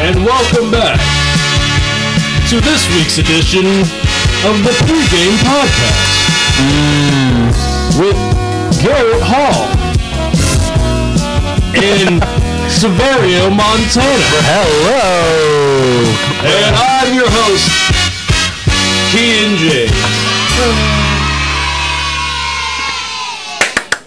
and welcome back to this week's edition of the Pregame Podcast with Garrett Hall in Severio, Montana. Hello. And I'm your host, Kean James.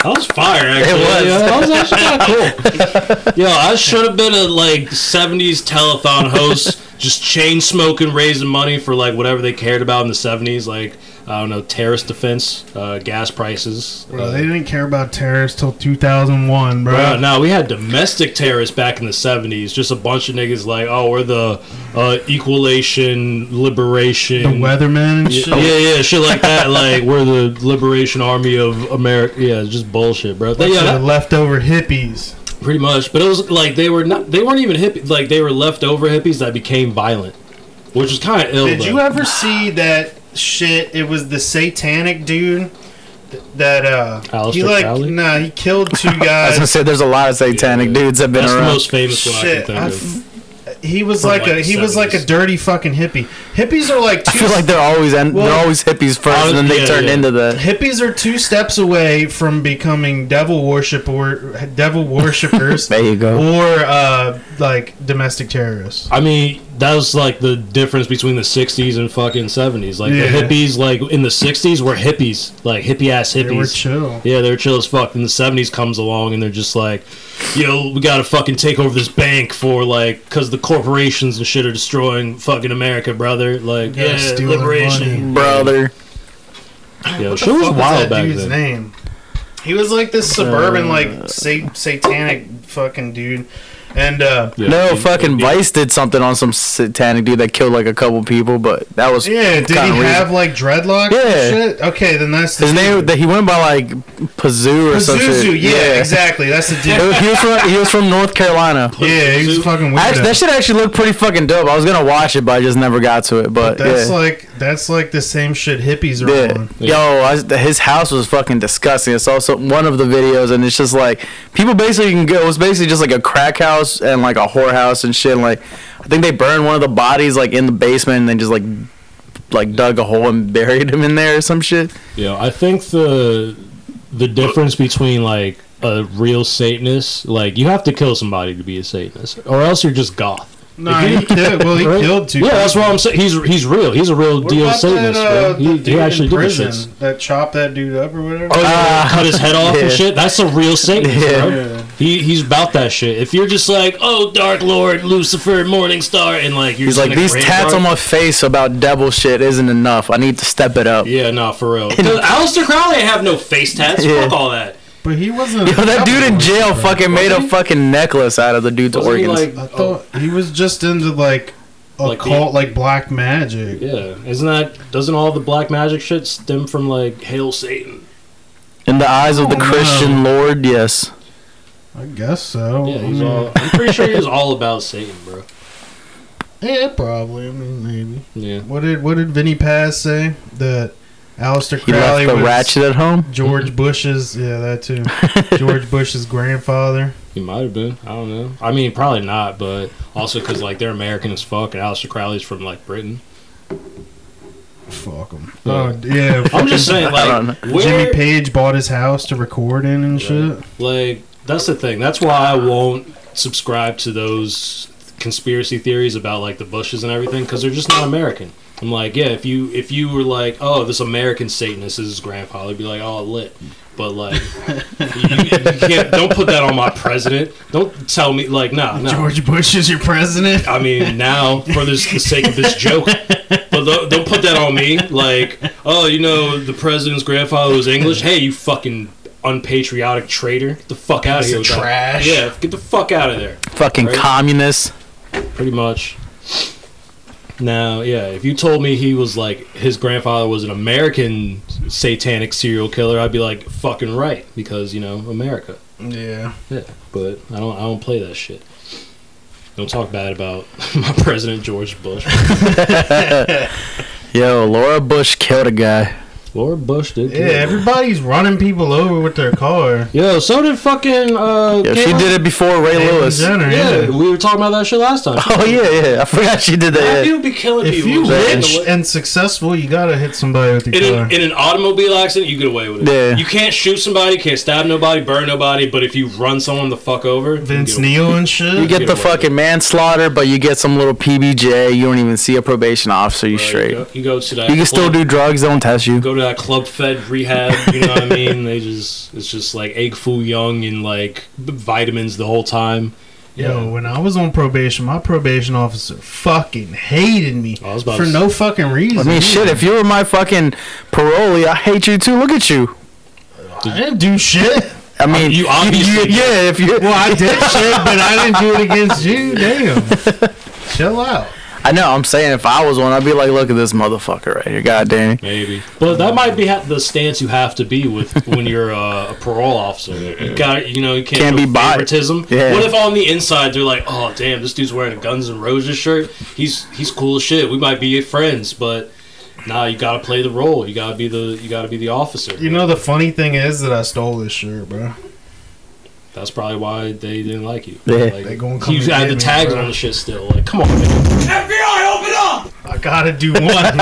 That was fire, actually. was. Yeah, that was actually kind of cool. Yo, I should have been a like '70s telethon host, just chain smoking, raising money for like whatever they cared about in the '70s, like I don't know, terrorist defense, uh, gas prices. Bro, they didn't care about terrorists till 2001, bro. Bro, no, we had domestic terrorists back in the '70s. Just a bunch of niggas like, oh, we're the uh, equalation, the liberation, weatherman and shit. yeah, Oh, yeah, shit like that. Like we're the Liberation Army of America. Yeah, just bullshit, bro. They- yeah, The leftover hippies. that- pretty much. But it was like they were not. They weren't even hippies. Like they were leftover hippies that became violent, which was kind of ill. Did though. you ever see that shit? It was the satanic dude th- that uh he Aleister like Crowley? nah he killed two I was gonna guys. say there's a lot of satanic Yeah. dudes that have been That's the around. most famous one Shit, I I can think he was From, like, like, a the he was like a 70s. dirty fucking hippie. Hippies are like two I feel like they're always en- Well- they're always hippies first, and then they Yeah, turn yeah. into the. hippies are two steps away from becoming devil worship or devil worshippers There you go. or uh like domestic terrorists. of. I mean, that was like the difference between the '60s and fucking '70s. Like Yeah. the hippies, like in the '60s, were hippies, like hippie ass hippies. They were chill. Yeah, they're chill as fuck. Then the seventies comes along and they're just like, yo, we gotta fucking take over this bank for like, cause the corporations and shit are destroying fucking America, brother. Like, Yeah, yeah, stealing liberation. Brother, Yo, shit was fuck wild back dude's then. name? He was like this suburban, like sa- satanic fucking dude, and uh, Yeah, no dude, fucking yeah. Vice did something on some satanic dude that killed like a couple people, but that was yeah, did he kinda weird. have like dreadlocks? Yeah. and shit? Okay, then that's the his name? That he went by like Pazoo or something. Pazuzu. Yeah, exactly. That's the It dude. was- he was from he was from North Carolina. yeah, he was a fucking Act- that weirdo. shit actually looked pretty fucking dope. I was gonna watch it, but I just never got to it. But, That's yeah, like that's like the same shit hippies are yeah. on. yo, I, was- his house was fucking disgusting. It's also one of the videos, and it's just like people basically can go. It was basically just like a crack house and like a whorehouse and shit. And, like I think they burned one of the bodies like in the basement, and then just like like dug a hole and buried him in there or some shit. Yeah, I think the the difference between like a real Satanist, like you have to kill somebody to be a Satanist, or else you're just goth. Nah, he killed. Well, he Right? killed two. Yeah, that's people. what I'm saying. He's he's real. He's a real What deal about Satanist. that, uh, bro. He, the he dude actually in did the prison shits. that chopped that dude up or whatever. Oh, yeah, Ah. cut his head off Yeah. and shit. That's a real Satanist, Yeah. bro. Yeah. He he's about that shit. If you're just like, oh, Dark Lord, Lucifer, Morning Star, and like you're He's just like in a these graveyard- tats on my face about devil shit isn't enough. I need to step it up. Yeah, nah, for real. 'Cause Aleister Crowley have no face tats. Yeah. Fuck all that. But he wasn't. Yo, that dude in jail fucking made a he? fucking necklace out of the dude's Wasn't he organs. like, I thought he was just into like Like occult, like, black magic. yeah, isn't that? Doesn't all the black magic shit stem from like hail Satan? In the eyes of the Oh, no. Christian Lord, yes. I guess so. Yeah, I he's mean, all. Hmm. I'm pretty sure he was all about Satan, bro. yeah, probably. I mean, maybe. Yeah. What did what did Vinny Paz say that Aleister He left Crowley the was ratchet at home. George Bush's? Yeah, that too. George Bush's grandfather. He might have been. I don't know. I mean, probably not, but also because like they're American as fuck, and Aleister Crowley's from like Britain. Fuck him. Yeah. Oh yeah. I'm just saying, I don't like, where, Jimmy Page bought his house to record in and shit. like that's the thing. That's why I won't subscribe to those conspiracy theories about like the Bushes and everything because they're just not American. I'm like, yeah, if you if you were like, oh, this American Satanist is his grandpa, I'd be like, oh, lit. But like, you, you can't. Don't put that on my president. Don't tell me like, nah, nah. George Bush is your president. I mean, now for this, the sake of this joke, but don't, don't put that on me. Like, oh, you know, the president's grandfather was English. Hey, you fucking unpatriotic traitor! Get the fuck out of here! with that. trash. Yeah, get the fuck out of there. Fucking Right. communist. Pretty much. Now, yeah, if you told me he was like his grandfather was an American satanic serial killer, I'd be like fucking right because you know America. Yeah. Yeah, but I don't. I don't play that shit. Don't talk bad about my president George Bush. Yo, Laura Bush killed a guy. Lord Bush did. Yeah, kill him. everybody's running people over with their car. Yo, so did fucking. Uh, Yeah, she Caitlyn- did it before Ray Caitlyn Lewis. Jenner, Yeah, yeah. we were talking about that shit last time. Oh yeah, yeah. I forgot she did that. Yeah. People be killing If people you just in the rich way- and successful, you gotta hit somebody with your in car. an, in an automobile accident, you get away with it. Yeah. You can't shoot somebody, can't stab nobody, burn nobody, but if you run someone the fuck over, you Vince get- Neil and shit. You Get get away the with fucking manslaughter, but you get some little PBJ. You don't even see a probation officer. You Right, straight. You go, you go to that. You can still club- do drugs. They don't test you. Go to that club fed rehab. You know what I mean? They just it's just like egg foo young and like vitamins the whole time. Yo, when I was on probation, my probation officer fucking hated me I was about for to- no fucking reason. I mean, shit. If you were my fucking parolee, I hate you too. Look at you. I didn't do shit. I mean, you obviously did. yeah. If you, Well, I did shit, but I didn't do it against you. Damn. Chill out. I know. I'm saying if I was one, I'd be like, look at this motherfucker right here. God damn. it. Maybe, but that might be ha- the stance you have to be with when you're uh, a parole officer. You got, you know, you can't, Can't show be bi- favoritism. Yeah. What if on the inside they're like, "Oh, damn, this dude's wearing a Guns N' Roses shirt. He's he's cool as shit. We might be friends, but nah, you gotta play the role. You gotta be the you gotta be the officer. You know, the funny thing is that I stole this shirt, bro. That's probably why they didn't like you. Yeah. Like, They gonna come you and had get the me, tags bro. on the shit still. Like, come on, man. I gotta do one. man.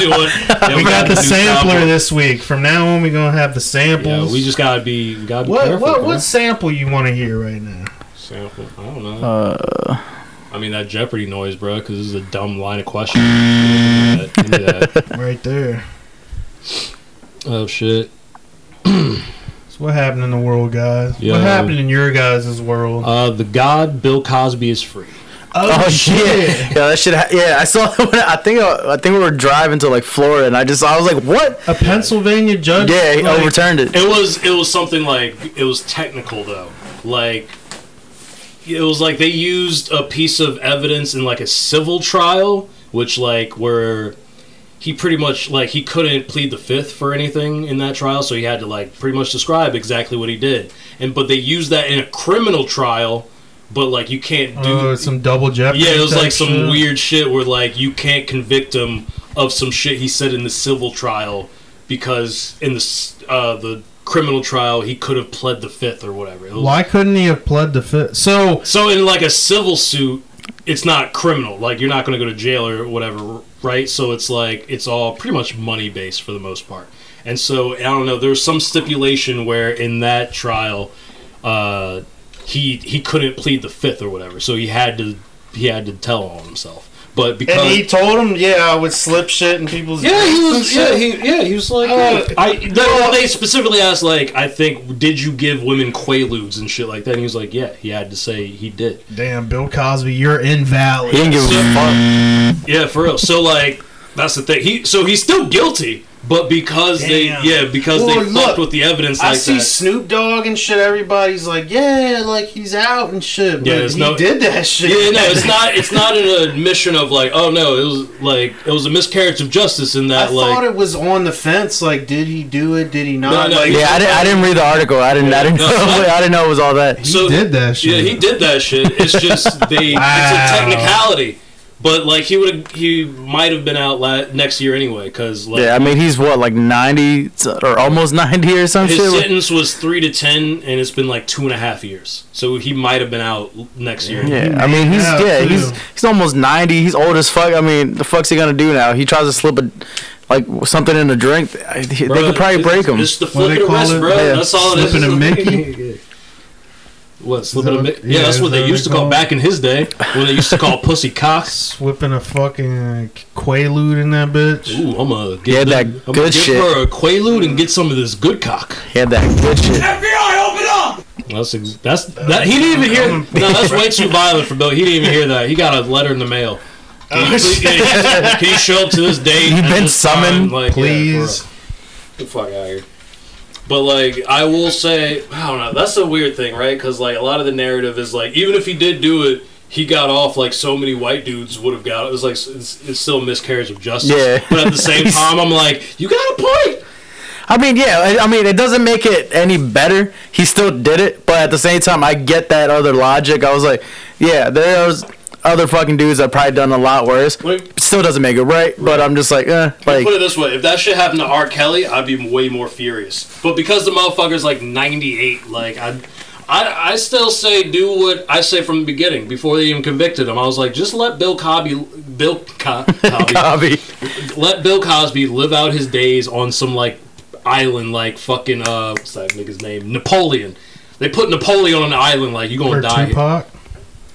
Do it. Yeah, we got gotta the do sampler something. this week. From now on, we're gonna have the Yeah, samples. we just gotta be. We gotta be what careful. what man. what sample you want to hear right now? Sample. I don't know. Uh, I mean that Jeopardy noise, bro, because this is a dumb line of question. Give me that. Give me that. Right there. Oh shit. So what happened in the world, guys? Yo. What happened in your guys' world? Uh, the God Bill Cosby is free. oh, shit. Yeah, that shit. Ha- yeah, I saw. I think. uh, I, I think we were driving to like Florida, and I just. I was like, what? A Pennsylvania judge. Yeah, he like, overturned Uh, it. It was it was something like it was technical though, like it was like they used a piece of evidence in like a civil trial, which like where he pretty much like he couldn't plead the fifth for anything in that trial, so he had to like pretty much describe exactly what he did. And but they used that in a criminal trial, but like you can't do Oh, some double jeopardy. Yeah, it was type like some shit. weird shit where like you can't convict him of some shit he said in the civil trial because in the s- uh, the criminal trial he could have pled the fifth or whatever. It was- Why couldn't he have pled the fifth? So So in like a civil suit, it's not criminal. Like you're not going to go to jail or whatever, right? So it's like it's all pretty much money based for the most part. And so I don't know. There's some stipulation where in that trial, uh, he he couldn't plead the fifth or whatever. So he had to he had to tell on himself. But because told him, yeah, I would slip shit in people's. yeah, he was. Yeah, he yeah he was like. Uh, yeah. I they, they specifically asked like I think did you give women quaaludes and shit like that? And he was like, yeah, he had to say he did. Damn, Bill Cosby, you're invalid. He didn't give a fuck. Yeah, for real. So like that's the thing. He so he's still guilty, but because Damn. they yeah because Well, they look, fucked with the evidence I like see that. Snoop Dogg and shit. Everybody's like, yeah, like he's out and shit. But Yeah, there's he no- did that shit. yeah, no, it's not. It's not an admission of like, oh no, it was like it was a miscarriage of justice in I that like thought it was on the fence. Like, did he do it? Did he not? No, no, like, he- Yeah, I didn't. I didn't read the article. I didn't. I didn't. No, I- I didn't know it was all that. so did that shit. Yeah, he did that shit. It's just they. It's Wow. a technicality. But like he would he might have been out la- next year anyway because like Yeah, I mean, he's what like ninety or almost ninety or some his shit. sentence was three to ten and it's been like two and a half years, so he might have been out l- next year. yeah, I mean, he's Yeah, yeah, too. he's he's almost ninety. He's old as fuck. I mean, the fuck's he gonna do now? He tries to slip a like something in a drink. I- They Bruh, could probably it's- break him. It's the What do flip they and call wrist, it? bro. Yeah. That's all it is. Slipping a What slipping that a what- Mickey? Yeah, yeah, that's is what that they what used to they call call it? back in his day. What they used to call pussy cocks. Whipping a fucking quaalude in that bitch. Ooh, I'm a Yeah, that I'm good get shit. her a quaalude and get some of this good cock. He had that good shit. That's ex- that's that. He didn't even hear. No, that's way too violent for Bill. He didn't even hear that. He got a letter in the mail. Can you, please, can you show up to this date? You've at been this time? summoned, Like, yeah, for please. real. Get the fuck out of here. But like, I will say, I don't know. That's a weird thing, right? Because like, a lot of the narrative is like, even if he did do it, he got off like so many white dudes would have got. It's like it's, it's still a miscarriage of justice. Yeah. But at the same time, I'm like, you got a point. I mean, yeah. I, I mean, it doesn't make it any better. He still did it, but at the same time, I get that other logic. I was like, yeah, there was. other fucking dudes that probably done a lot worse. Wait. Still doesn't make it right, but I'm just like, eh, like Put it this way: if that shit happened to R. Kelly, I'd be way more furious. But because the motherfucker's like 98, like I, I, I still say do what I say from the beginning before they even convicted him. I was like, just let Bill Cosby, Bill Co- Cosby, Cosby. let Bill Cosby live out his days on some like island, like fucking uh, what's that nigga's name? Napoleon. They put Napoleon on an island, like you gonna Or die. Tupac.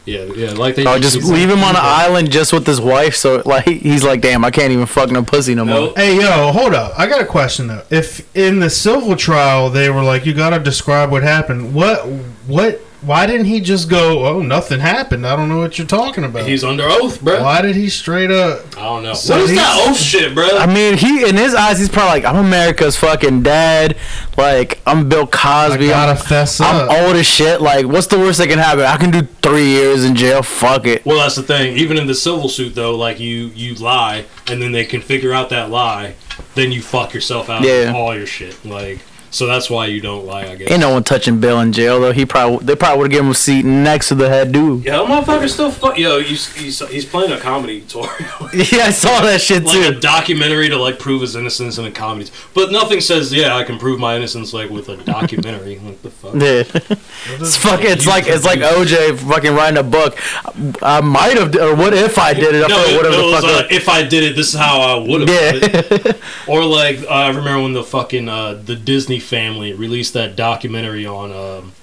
Yeah, yeah, like they Oh, just he's leave like, him on an "Tupac." island just with his wife. So like he's like, damn, I can't even fuck no pussy no more. No, Hey, yo, hold up. I got a question though. If in the civil trial they were like, you gotta describe what happened. What? What? Why didn't he just go? Oh, nothing happened. I don't know what you're talking about. He's under oath, bro. why did he straight up? I don't know. So what is he's- that oath shit, bro? I mean, he in his eyes, he's probably like, I'm America's fucking dad. Like I'm Bill I Cosby. gotta I'm, fess I'm up. old as shit. Like what's the worst that can happen? I can do three years in jail. Fuck it. Well, that's the thing. Even in the civil suit, though, like you you lie, and then they can figure out that lie, then you fuck yourself out Yeah. of all your shit. Like, so that's why you don't lie, I guess. Ain't no one touching Bill in jail though. He probably they probably would have given him a seat next to the head dude. yeah, that motherfucker's still fuck. Yo, you, he's, he's playing a comedy tour, Yeah, I saw that shit like a too. documentary to like prove his innocence in a comedy. t- But nothing says, yeah, I can prove my innocence like with a documentary. like the fuck. Yeah, it's fucking. It's like it's like OJ fucking writing a book. I, I might have, or what if I did it? I No, feel it, whatever it the was, fuck. uh, if I did it, this is how I would have. yeah. Or like uh, I remember when the fucking uh, the Disney family released that documentary on um,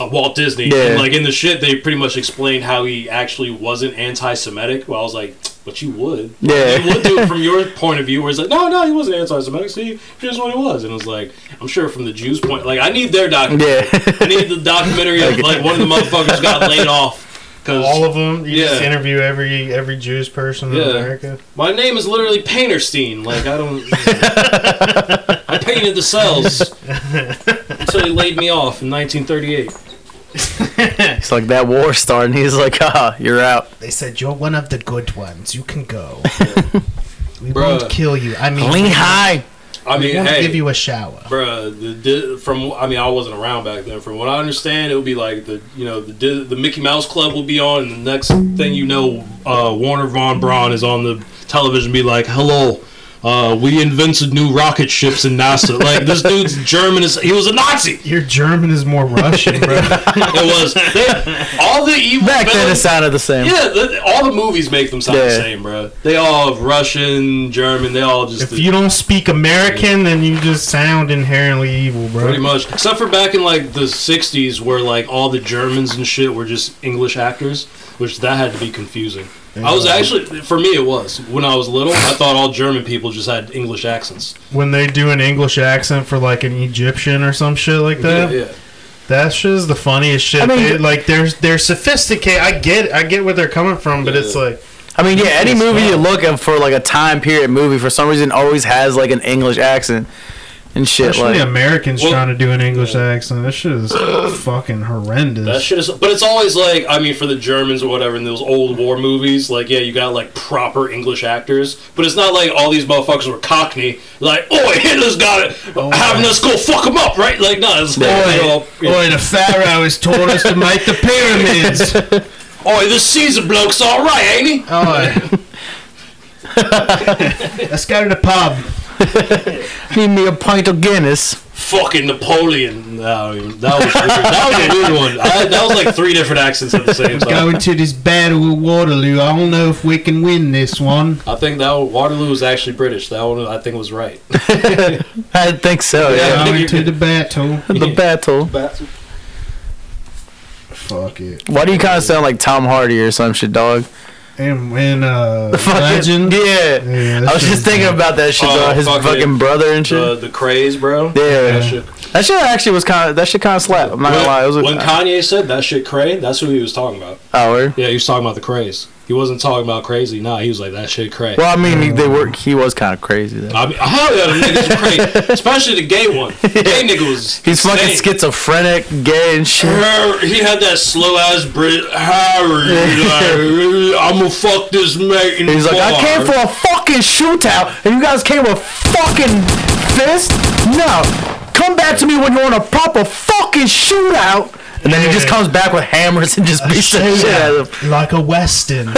uh, Walt Disney. Yeah. And like in the shit, they pretty much explained how he actually wasn't anti-Semitic. Well, I was like, but you would. Yeah. you would do it from your point of view. Where it's like, no, no, he wasn't anti-Semitic. See, here's what he was. And it was like, I'm sure from the Jews' point, like I need their documentary. Yeah. I need the documentary of like one of the motherfuckers got laid off. Cause All of them. You just Yeah. interview every every Jewish person Yeah. in America. My name is literally Painterstein. Like I don't. I painted the cells until he laid me off in 1938. It's like that war starting. He's like, ah, you're out. They said you're one of the good ones. You can go. we Bruh. won't kill you. I mean, Lehigh. I mean, hey, a shower. bruh, the, di- from I mean, I wasn't around back then. From what I understand, it would be like the you know the di- the Mickey Mouse Club will be on, and the next thing you know, uh, Warner von Braun is on the television, be like, hello. Uh, we invented new rocket ships in NASA. Like this dude's German is he was a Nazi. Your German is more Russian, bro. It was they, all the evil Back then, it villains- sounded the same. Yeah, the, all the movies make them sound the Yeah. same, bro. They all have Russian, German. They all just if you don't speak American, then you just sound inherently evil, bro. pretty much, except for back in like the '60s, where like all the Germans and shit were just English actors, which that had to be confusing. I was actually, for me, it was when I was little. I thought all German people just had English accents. When they do an English accent for like an Egyptian or some shit like that, Yeah, yeah. that shit is the funniest shit. I mean- they, like they're they're sophisticated. I get I get where they're coming from, but it's Yeah. like I mean, yeah, any movie you look at for like a time period movie for some reason always has like an English accent and shit. especially Like, Americans Well- trying to do an English accent. That shit is fucking horrendous. That shit is, but it's always like, I mean, for the Germans or whatever in those old war movies, like, yeah, you got like proper English actors, but it's not like all these motherfuckers were Cockney, like, oh, Hitler's got it, Oh. having us go fuck him up, right? Like, no, it's like, oh, the Pharaoh has told us to make the pyramids. "Oh, this Caesar bloke's all right, ain't he? Oi. Let's go to the pub. Need me a pint of Guinness. Fucking Napoleon. No, I mean, that was weird. that was a weird one. I, that was like three different accents at the same time. Going to this battle of Waterloo. I don't know if we can win this one. I think that one, Waterloo was actually British. That one I think was right. I think so. Yeah. Yeah. Going to the battle. The battle. Fuck it. Why do you kind of sound like Tom Hardy or some shit, dog? And when uh, Fucking- Legend. Yeah. Yeah, that I was shit just is thinking bad. about that shit, Oh, dog. His fuck fucking it. brother and shit. The, the craze, bro. yeah. That shit- That shit actually was kind of. That shit kind of slapped. I'm not when, gonna lie. It was a, when Kanye said that shit cray, that's who he was talking about. hour. Yeah, he was talking about the craze. He wasn't talking about crazy. Nah, he was like that shit cray. Well, I mean, he- they were. He was kind of crazy. Though. I mean, hell yeah, the niggas are crazy, especially the gay one. The gay nigga was. He's fucking insane. schizophrenic, gay, and shit. Har- He had that slow ass Brit Harry. Like, I'm gonna fuck this mate. In He's the like, I bar." came for a fucking shootout, and you guys came with fucking fist. No, come back to me when you're on a proper fucking shootout. And and then he just comes back with hammers and just beats the shit out of him. like a Weston.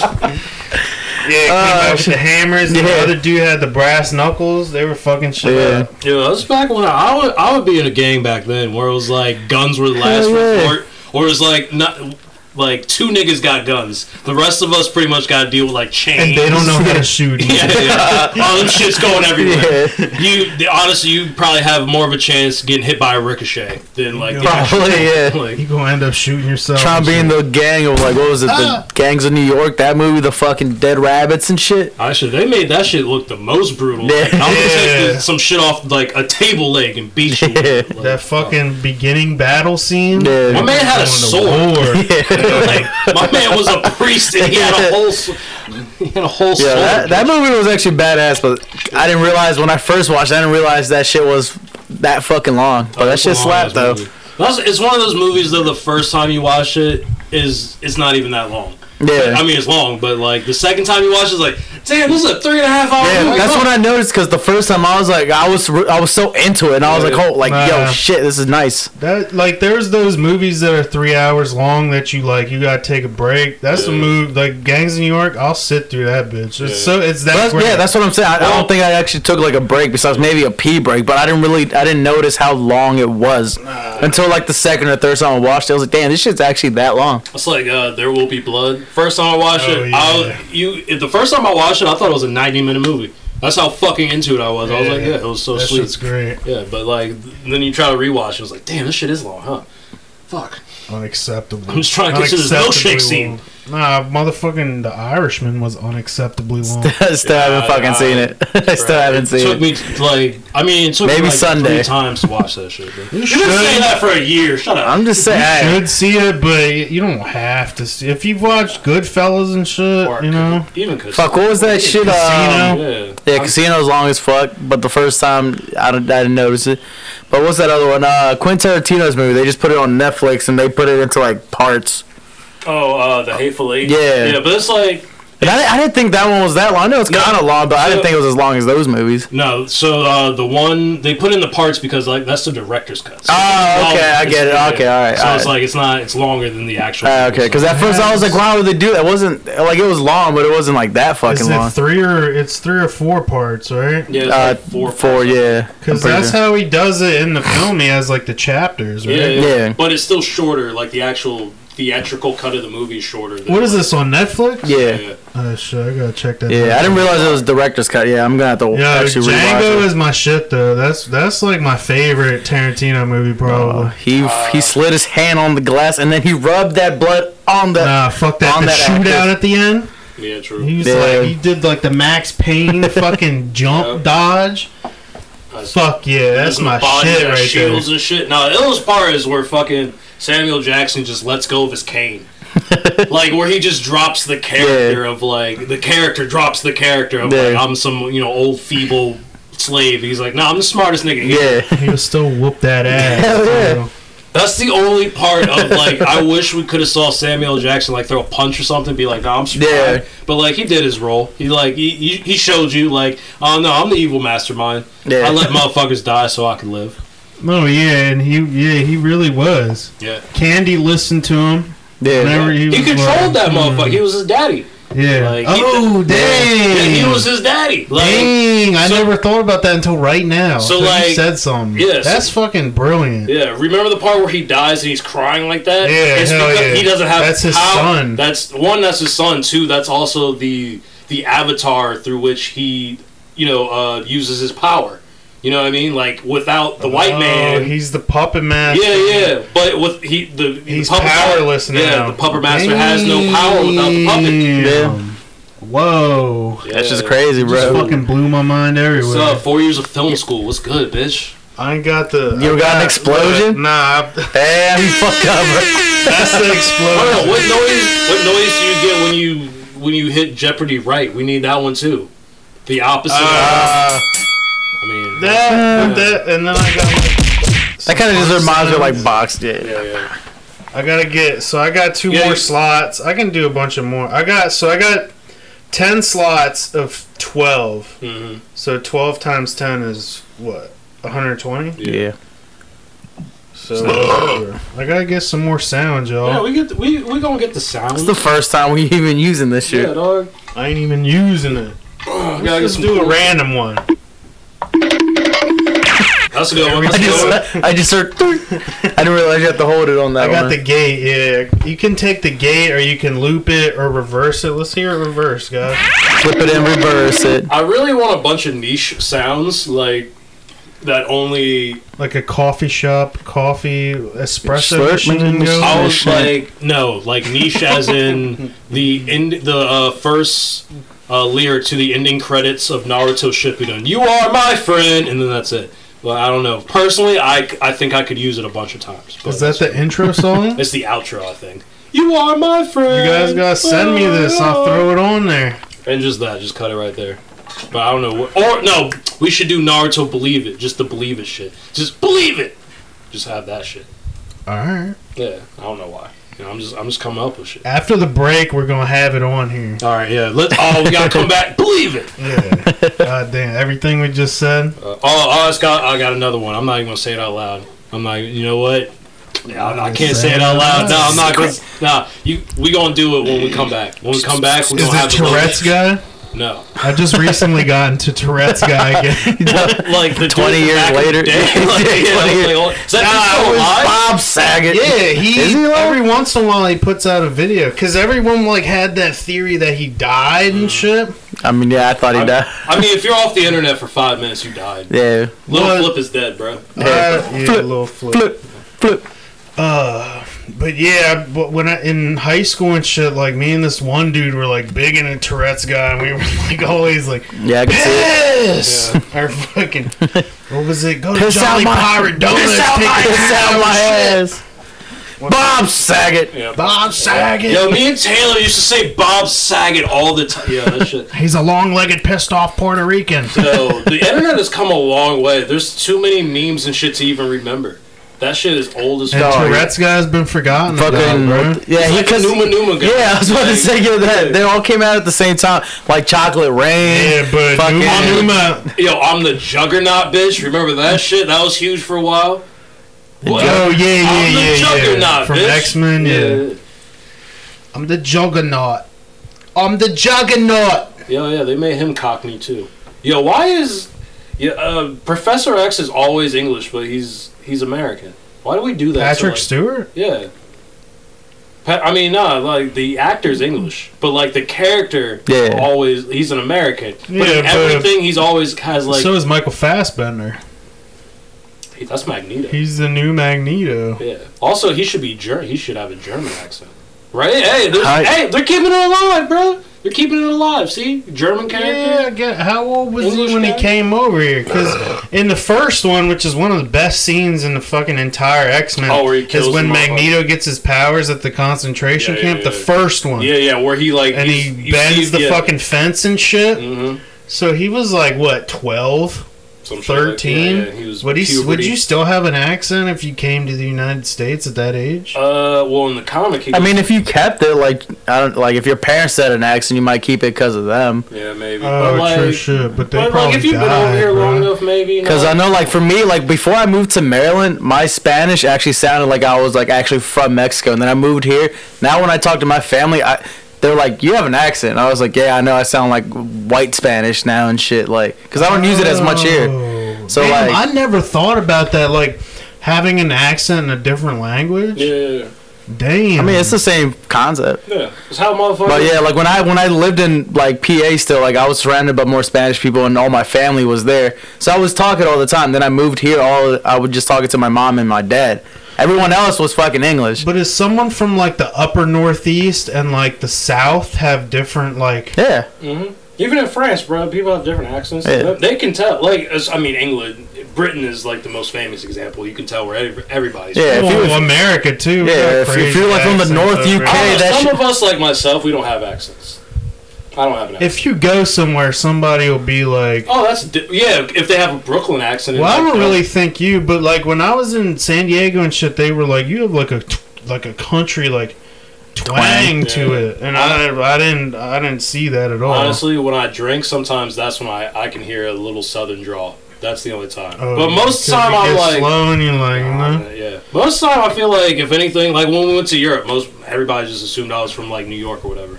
Yeah, it came out with the hammers. And yeah. The other dude had the brass knuckles. They were fucking shit Yeah. up. Yeah, that's back when I, I would I would be in a gang back then where it was like guns were the last Hell yeah. resort, or it was like not like two niggas got guns. The rest of us pretty much got to deal with like chains. and they don't know how to shoot. Yeah, yeah. oh, them shit's going everywhere. Yeah. You honestly, you probably have more of a chance getting hit by a ricochet than like the actual- Probably, yeah. like You gonna end up shooting yourself. Trying to be in the gang of like what was it? The gangs of New York. That movie, the fucking dead rabbits and shit. Actually, they made that shit look the most brutal. Like, I'm gonna take the- some shit off like a table leg and beat you. with it. Like, That fucking beginning battle scene. Yeah. my man had a sword. like, my man was a priest and he had a whole, s- he had a whole Yeah, sword. that, that movie was actually badass, but I didn't realize when I first watched. it, I didn't realize that shit was that fucking long. But that shit That's a long-ass slapped though. movie. That's, it's one of those movies though. The first time you watch it is it's not even that long. Yeah. I mean it's long, but like the second time you watch it, it's like, damn, this is a three and a half hour Yeah, movie. that's Fuck. when I noticed because the first time I was like, I was re- I was so into it, and I was like, oh, like yo, Nah. shit, this is nice. That like there's those movies that are three hours long that you like you gotta take a break. That's the move like Gangs of New York. I'll sit through that bitch. It's so it's that. That's, great. yeah, that's what I'm saying. I, I don't think I actually took like a break besides maybe a pee break, but I didn't really I didn't notice how long it was until like the second or third time I watched it. I was like, damn, this shit's actually that long. It's like uh, there will be blood. First time I watched Oh, it, yeah. I was, you if the first time I watched it, I thought it was a ninety minute movie. That's how fucking into it I was. I was like, Yeah. yeah, it was so that sweet. shit's great. Yeah, but like th- then you try to rewatch, it, it was like, damn, this shit is long, huh? Fuck. Unacceptable. I'm just trying to get to this Unacceptably milkshake scene. long. Nah, motherfucking The Irishman was unacceptably long. I still haven't I- fucking I- seen it. I still haven't It seen took it. me like I mean, it took Maybe me like Sunday. three times to watch that shit. Bro. You've should. been saying that for a year. Shut up. I'm just saying. You hey, should see it, but you don't have to. see If you've watched Goodfellas and shit, Or could- you know. even cause Fuck, what was that shit? Um, yeah. Yeah, Casino's long as fuck, but the first time I, don't, I didn't notice it. But what's that other one? Uh, Quentin Tarantino's movie. They just put it on Netflix and they put it into like parts. Oh, uh, the hateful eight. Yeah. yeah, but it's like And I, I didn't think that one was that long. I know it's No. kind of long, but I didn't So- think it was as long as those movies. no. So uh, the one they put in the parts because like that's the director's cut. So Oh, okay, I get it. Okay, all right, So all it's right. like it's not. It's longer than the actual. Uh, movie, okay, because so- at first I was like, why would they do that? It wasn't like it was long, but it wasn't like that fucking Is it long. three or it's three or four parts, right? yeah, it's Uh, like four, four, yeah. I'm Because pretty that's sure. how he does it in the film. He has like the chapters, right? yeah, yeah, Yeah. But it's still shorter. Like the actual theatrical cut of the movie is shorter. Than What is this on Netflix? yeah, Oh shit, I gotta check that. yeah. I out. didn't realize it was director's cut. Yeah, I'm gonna have to Yeah, actually Django rewatch it. is my shit though. That's that's like my favorite Tarantino movie, Oh, probably. he Uh, he slid his hand on the glass and then he rubbed that blood on the. nah, fuck that. on The that shootout actor. at the end. Yeah, He true. was Yeah. like, he did like the Max Payne fucking jump Yeah. dodge. Fuck yeah, that's Using my the body shit as right shields there. and shit. Now the illest part is where fucking Samuel Jackson just lets go of his cane. like where he just drops the character of like the character drops the character of like Yeah. I'm some you know old feeble slave. He's like, no, nah, I'm the smartest nigga. here." Yeah, He was still whoop that ass. Hell yeah. too. That's the only part of like I wish we could have saw Samuel Jackson like throw a punch or something, be like, "No, I'm smart." Yeah. But like he did his role. He like he, he he showed you like, "Oh no, I'm the evil mastermind. Yeah. I let motherfuckers die so I could live." No, Oh, yeah, and he yeah he really was. Yeah. Candy listened to him. yeah. Whenever He was controlled like, that mm, motherfucker. He was his daddy. Yeah. Like, he- oh dang. Yeah, he was his daddy. Mm. Like, Dang, I So- never thought about that until right now. So, So, like- you said something. Yeah, so- that's fucking brilliant. yeah. Remember the part where he dies and he's crying like that? Yeah, hell yeah. he doesn't have. That's his son. That's one. That's his son too. That's also the the avatar through which he, you know, uh, uses his power. You know what I mean? Like without the white Oh, man. he's the puppet master. yeah, yeah, but with he the the He's puppet- powerless now. Yeah, the puppet master has no power without the puppet. Damn. Whoa, Yeah. That's just crazy, just bro. fucking blew my mind everywhere. So, four years of film school. What's good, bitch? I ain't got the. You I got an explosion? look, Nah, I- Damn, you fuck up, bro. that's the I don't explosion. know what noise. Oh, What noise do you get when you when you hit Jeopardy right? We need that one too. The opposite. Ah. Uh, of, I mean, that, that, and then I got. That kind of just reminds me of like boxed. Yeah. yeah, yeah. I gotta get. So I got two Yeah, more you- slots. I can do a bunch of more. I got. So I got ten slots of 12 Mhm. So twelve times ten is what? One hundred twenty. Yeah. So I gotta get some more sound, y'all. Yeah, we get we we gonna get the sound. It's the first time we even using this shit. yeah, dog. I ain't even using it. We gotta get Let's some do a cool- random one. That's a good one. I Let's do it. just, I just heard. I didn't realize you had to hold it on that I got one. the gate. Yeah, you can take the gate, or you can loop it, or reverse it. Let's hear it reverse, guys. Flip it and reverse it. I really want a bunch of niche sounds like that only Like a coffee shop, coffee espresso Slurp machine. machine. goes. I Oh, was shit. like, no, like niche as in the end, the uh, first uh, lyric to the ending credits of Naruto Shippuden. You are my friend, and then that's it. Well, I don't know. Personally, I, I think I could use it a bunch of times. But Is that the intro song? you It's the outro, I think. You are my friend. guys gotta send me this. I'll throw it on there. And just that, just cut it right there. But I don't know. What, or no, we should do Naruto Believe It, just the Believe It shit. Just believe it. Just have that shit. All right. Yeah, I don't know why. You know, I'm just I'm just coming up with shit. After the break, we're gonna have it on here. All right, yeah. Let's. Oh, we gotta come back. Believe it. Yeah. God damn, everything we just said. Uh, oh, oh, it's got. I got another one. I'm not even gonna say it out loud. I'm not. You know what? Yeah, I, I can't say it out loud. No, I'm not gonna. Nah, you. We gonna do it when we come back. When we come back, we Is gonna it have Tourette's the guy? guy. No, I just recently got into Tourette's guy again. like the dude 20 in the years back of the later. day, like, yeah, 20 years. like, oh, is that Ah, it dude still was alive? Bob Saget. Yeah, he, Is he alive? every once in a while he puts out a video because everyone like had that theory that he died and shit. I mean, yeah, I thought he died. I mean, if you're off the internet for five minutes, you died. Yeah. Little What? Flip is dead, bro. Yeah. Uh, yeah, Flip, little flip. Flip, flip. Uh, but yeah, but when I in high school and shit, like me and this one dude were like big into Tourette's guy, and we were like always like Yeah, I can see it. piss. Our fucking what was it? Go to Piss out Jolly my- Pirate Donuts. Piss out take my, a piss out shit. my ass. Bob Saget. Yeah. Bob Saget. Yo, me and Taylor used to say Bob Saget all the time. Yeah, that shit. He's a long-legged, pissed-off Puerto Rican. So the internet has come a long way. There's too many memes and shit to even remember. That shit is old as And fuck. Tourette's guy's been forgotten. Fucking. bro. Yeah, It's he like a cause, Numa Numa guy. Yeah, I was about to Like, say yeah, that. They all came out at the same time, like Chocolate Rain. Yeah, but Fucking- Numa, Numa, Yo, I'm the Juggernaut, bitch. Remember that shit? That was huge for a while. What? oh yeah, yeah, I'm the yeah, yeah, Juggernaut, from bitch. X Men. Yeah. I'm the Juggernaut. I'm the Juggernaut. Yo, yeah, they made him Cockney too. Yo, why is yeah, uh, Professor X is always English, but he's he's American. Why do we do that? to, Patrick like- Stewart. yeah. Pa- I mean, nah, like the actor's English, but like the character, Yeah. always he's an American. But Yeah, in but- everything he's always has like so is Michael Fassbender. Hey, that's Magneto. He's the new Magneto. yeah. Also, he should be Ger- He should have a German accent, right? Hey, there's- Hi. hey, they're keeping it alive, bro. They're keeping it alive. See, German Yeah, character. I get, how old was English he when guy? he came over here? Because in the first one, which is one of the best scenes in the fucking entire X Men, Oh, where he is kills when the motherfucker. Magneto gets his powers at the concentration Yeah, yeah, camp. yeah, the yeah. first one, Yeah, yeah. Where he like and he's- he you bends see- the yeah. fucking fence and shit. Mhm. So he was like what twelve? Some shit like- yeah, 13 yeah, he was would, he, would puberty. you still have an accent if you came to the united states at that age Uh, well, in the comic, he I mean, if you kept it, like I don't like if your parents had an accent, you might keep it because of them. yeah, maybe. oh but like, true sure but they but probably like, if you've died, been over here bro. long enough, maybe. Because no. I know, like for me, like before I moved to Maryland, my Spanish actually sounded like I was like actually from Mexico, and then I moved here. Now when I talk to my family, I they're like, "You have an accent." I was like, "Yeah, I know. I sound like white Spanish now and shit." Like, because I don't use it as much here. Oh. So, Damn, like- i never thought about that like having an accent in a different language Yeah, yeah, damn I mean, it's the same concept. yeah. yeah. It's how motherfuckers. But yeah, like when I when I lived in like PA still, like I was surrounded by more Spanish people, and all my family was there, so I was talking all the time. Then I moved here, all I would just talk to my mom and my dad. Everyone else was fucking English. but is someone from like the upper northeast and like the south have different like Yeah, hmm Even in France, bro, people have different accents. Yeah. They can tell. Like, as- I mean, England, Britain is like the most famous example. You can tell where every- everybody's. Yeah, if well, you- america too we Yeah, got if- if crazy you're, like, from the accents North over here. UK, I don't know, that some shit- of us, like myself, we don't have accents. I don't have an accent. if you go somewhere somebody will be like oh, that's di- yeah. If they have a Brooklyn accent, it's Well, I like, don't oh, really think you, but like when I was in San Diego and shit, they were like, you have like a t- like a country like twang Twang. to it, and I, I didn't I didn't see that at all. Honestly, when I drink, sometimes that's when I, I can hear a little Southern drawl. That's the only time. Oh, but most because time you I'm get like, slow and you're like, no. Uh, yeah. Most time I feel like if anything, like when we went to Europe, most everybody just assumed I was from like New York or whatever.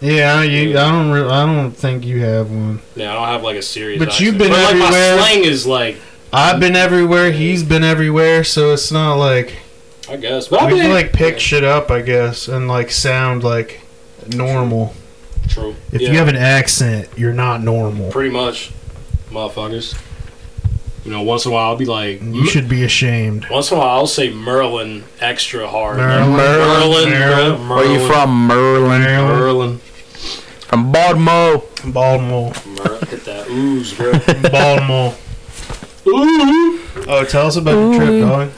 Yeah, you. I don't. Re- I don't think you have one. Yeah, I don't have like a serious. But accent. you've been but, like, everywhere. My slang is like I've been everywhere. He's been everywhere. So it's not like I guess, but I we mean, can like pick yeah, shit up, I guess, and like sound like normal. True. If yeah, you have an accent, you're not normal. pretty much, motherfuckers. You know, once in a while I'll be like, You should be ashamed. once in a while I'll say Merlin extra hard. Merlin. Merlin. Merlin. Merlin. Where you from, Merlin? Merlin. From Baltimore. Baltimore. Mer- hit that ooze, bro. Baltimore. Ooh. Oh, tell us about the trip, dog.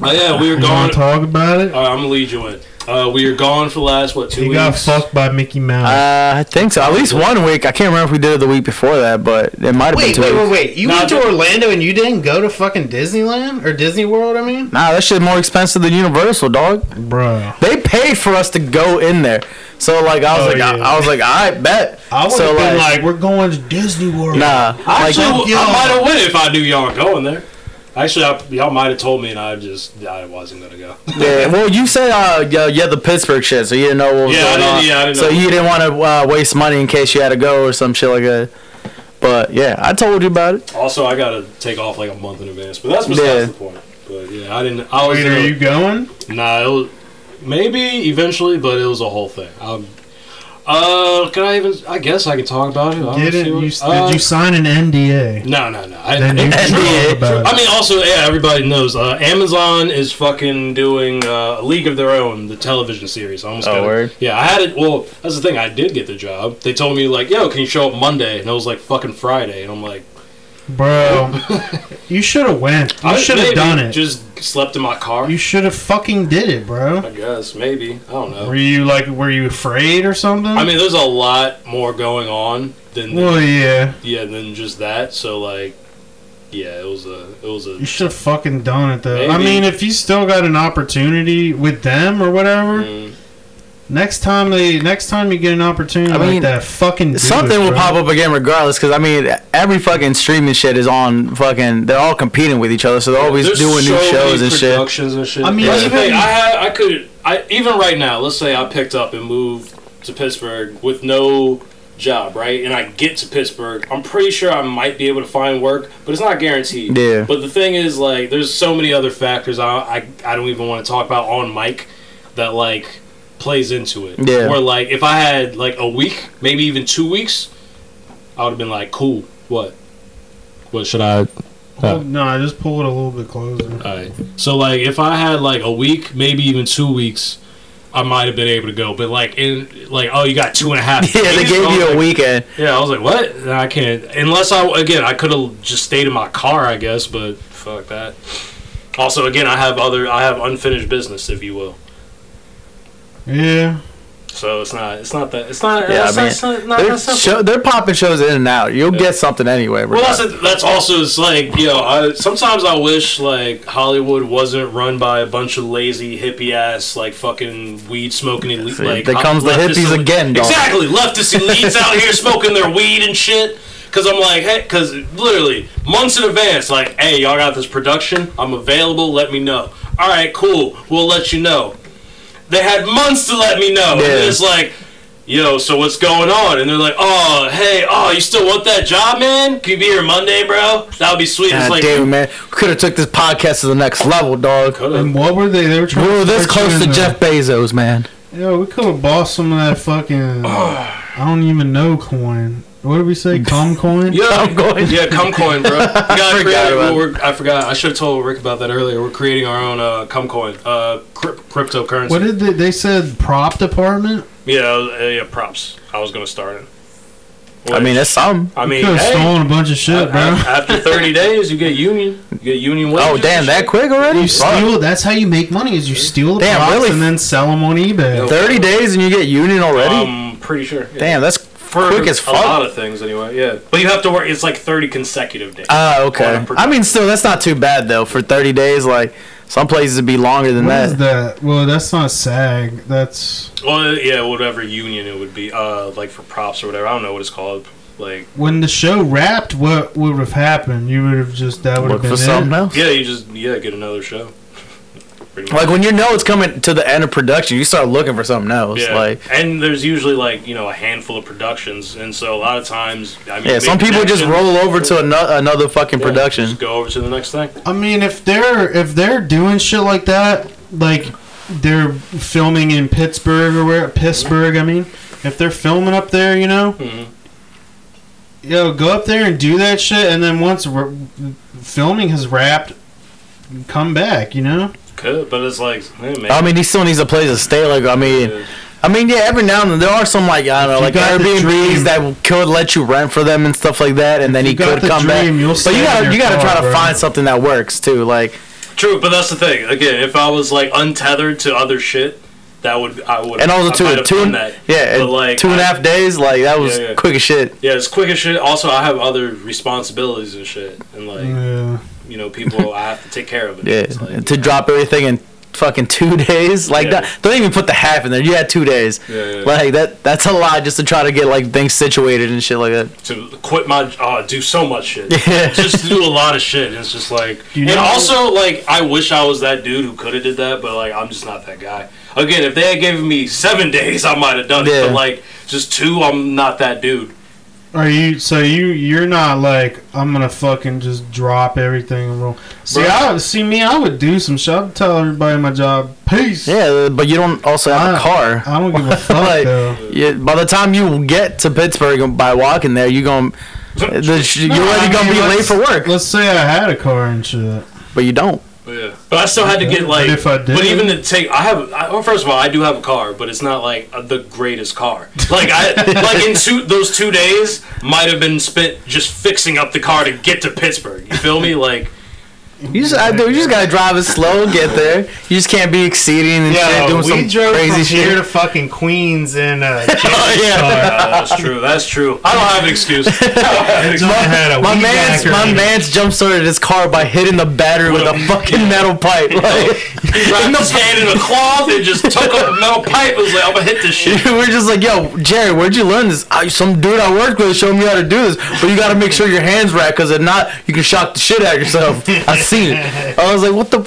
Oh yeah, we were You want gone. to talk about it? All right, I'm gonna lead you in. Uh, we were gone for the last what two You weeks? got fucked by Mickey Mouse. Uh, I think so. At least one week. I can't remember if we did it the week before that, but it might have been Wait, two wait, wait, weeks. wait. You Nah, went to but- Orlando and you didn't go to fucking Disneyland or Disney World, I mean? Nah, that shit more expensive than Universal, dog. Bro. They paid for us to go in there, so like I was Oh, like I, yeah. I was like I bet. I would have so been like, we're going to Disney World. nah, like Actually, Like, I y'all- might have went if I knew y'all were going there. Actually, I, y'all might have told me, and I just I wasn't gonna go. yeah. Well, you said uh yeah, yeah the Pittsburgh shit, so you didn't know what was Yeah, I going didn't- on. yeah, I didn't so know. you didn't want to uh, waste money in case you had to go or some shit like that. But yeah, I told you about it. Also, I gotta take off like a month in advance, but that's besides Yeah. the point. But yeah, I didn't. I was Wait, are in a- you going? nah. It was, maybe eventually, but it was a whole thing. Um, uh, can I even? I guess I can talk about it. I don't Did, it, see you, what- did uh, you sign an NDA? No, no, no. I, Then you I- can talk about I it. mean, also, yeah, everybody knows uh, Amazon is fucking doing uh, a League of Their Own, the television series. I almost Oh, got it. word. Yeah, I had it. Well, that's the thing. I did get the job. They told me like, "Yo, can you show up Monday?" And I was like, "Fucking Friday." And I'm like, Bro, you should have went. You I should maybe have done it. Just slept in my car. You should have fucking did it, bro. I guess maybe. I don't know. Were you like, were you afraid or something? I mean, there's a lot more going on than well, yeah. yeah than just that. So like, yeah, it was a it was a You should have fucking done it though. I Maybe. mean, if you still got an opportunity with them or whatever, Mm, next time they, next time you get an opportunity I mean, like that, fucking do Something it, will bro. pop up again regardless, because I mean every fucking streaming shit is on fucking. They're all competing with each other, so they're always There's doing new so shows many and shit. productions and shit. I mean, That's the even- thing, I had, I could I even right now. Let's say I picked up and moved to Pittsburgh with no job, right? And I get to Pittsburgh. I'm pretty sure I might be able to find work, but it's not guaranteed. Yeah. But the thing is, like, there's so many other factors I I, I don't even want to talk about on mic that like plays into it. Yeah. Where like if I had like a week, maybe even two weeks, I would have been like, cool. What? What should I? Hold- no, I just pull it a little bit closer. Alright. So like if I had like a week, maybe even two weeks, I might have been able to go. But like in like oh you got two and a half. Yeah, they days? gave I was you a like- weekend. Yeah, I was like, what? Nah, I can't. Unless I again, I could have just stayed in my car, I guess. But fuck that. Also, again, I have other, I have unfinished business, if you will. Yeah, So it's not, it's not that, it's not, Yeah, it's not, I mean, it's not, not they're, that simple. show, they're popping shows in and out. You'll Yeah. get something anyway. Well, regardless. that's that's also it's like you know. I, sometimes I wish like Hollywood wasn't run by a bunch of lazy hippie ass like fucking weed smoking elite. See, like there comes the leftist hippies elite- again, dog. Exactly, leftist elites out here smoking their weed and shit. Cause I'm like, hey, cause literally months in advance, like, hey, y'all got this production? I'm available. Let me know. All right, cool. We'll let you know. They had months to let me know. And Yeah. it's like, yo, so what's going on? And they're like, oh, hey, oh, you still want that job, man? Can you be here Monday, bro? That would be sweet. God it's like, damn it, man. We could have took this podcast to the next level, dog. coulda. and what were they? They were We trying. were to this start close to doing Jeff Bezos, man. that. Yo, we could have bought some of that fucking. I don't even know coin. What did we say? Cum coin. Yeah, I'm going- Yeah, Cumcoin, bro. We gotta Forgot create- about well, it. we're- I forgot. I should have told Rick about that earlier. We're creating our own uh, Cumcoin, uh, cryp- cryptocurrency. What did they? They said prop department. yeah, uh, yeah, props. I was gonna start it. I mean, that's some. I Could mean, have hey, stolen a bunch of shit, a- bro. a- after 30 days, you get union. You get union wages. Oh, and damn, that shit. quick already? You Fuck. steal. That's how you make money. Is you steal the Damn, props really? and then sell them on eBay. Yep. 30 days and you get union already? I'm pretty sure. yeah. damn, that's for quick as a lot fuck. of things anyway. Yeah, but you have to work. It's like thirty consecutive days. Ah, on a okay. I production. mean, still, that's not too bad, though. For 30 days, like, some places would be longer than What that. is that? Well, that's not SAG. That's well, yeah, whatever union it would be, uh, like for props or whatever. I don't know what it's called. Like, When the show wrapped, what would have happened? You would have just that would Look have been for it. something else. yeah, you just yeah get another show. Pretty much. Like when you know it's coming to the end of production, you start looking for something else. Like and there's usually like you know a handful of productions, and so a lot of times, I mean, yeah, big some people just productions- roll over to another another fucking Yeah, production. Just go over to the next thing. I mean, if they're if they're doing shit like that, like they're filming in Pittsburgh or where Pittsburgh, I mean, if they're filming up there, you know, Mhm. yo, go up there and do that shit, and then once r filming has wrapped, come back, you know. Could, but it's like, eh, hey, man, I mean, he still needs a place to stay. Like I mean, Yeah. I mean, yeah. Every now and then there are some like I don't know, you like got the Airbnbs dream- that could let you rent for them and stuff like that, and then he you got could the come dream, you'll back. But stay you in gotta your you gotta car, try to bro. find something that works too. Like true. But that's the thing. Again, if I was like untethered to other shit, that would I would and also I two might have two done and- that. yeah But, and like, two and a I- half days. Like that was Yeah, yeah. quick as shit. Yeah, it's quick as shit. Also, I have other responsibilities and shit, and like Yeah. you know, people I have to take care of. It. Yeah, It's like, to drop everything in fucking two days. Like, Yeah. that, don't even put the half in there. You had two days. Yeah, yeah, yeah. Like that. That's a lot just to try to get like things situated and shit like that. to quit my uh, do so much shit. Yeah. just do a lot of shit. It's just like You and know- also like I wish I was that dude who could have did that, but like I'm just not that guy. Again, if they had given me seven days, I might have done it. Yeah. But like just two, I'm not that dude. Are you so you you're not like I'm gonna fucking just drop everything and roll? See, Bro. I see me, I would do some shit. I'd tell everybody in my job, peace. Yeah, but you don't also have a Ah. car. I don't give a fuck Like, though. yeah, by the time you get to Pittsburgh by walking there, you going the, sh you're No, already I gonna mean, be late let's- for work, Let's say I had a car and shit. but you don't. Yeah. But I still had to get But like. if I did- but even to take, I have. I, well, first of all, I do have a car, but it's not like uh, the greatest car. Like I, like in two those two days might have been spent just fixing up the car to get to Pittsburgh. You feel me? Like You just, I, dude, you just gotta drive it slow and get there. You just can't be exceeding and shit, Yeah, doing we some drove crazy from here shit. to fucking Queens in a Oh, yeah. uh, that's true. That's true. I don't have an excuse. had a My weed man's whacker. my man's jump started his car by hitting the battery with a fucking metal pipe. Like, He wrapped his hand in a cloth and just took up a metal pipe. and was like, I'm gonna hit this shit. we're just like, yo, Jerry, where'd you learn this? I, some dude I worked with showed me how to do this, but you gotta make sure your hands right, cause if not, you can shock the shit out of yourself. I seen it. I was like, what the?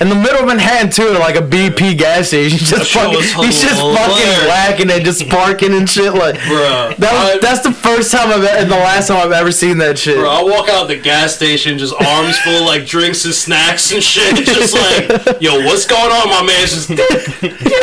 In the middle of Manhattan too, at like a BP gas station, he's just shit fucking, was he's just fucking hilarious. whacking and just parking and shit. Like, Bruh. that I- was, that's the first time I've e, and the last time I've ever seen that shit. Bro, I walk out the gas station just arms full of, like drinks and snacks and shit. Just like, yo, what's going on? My man's just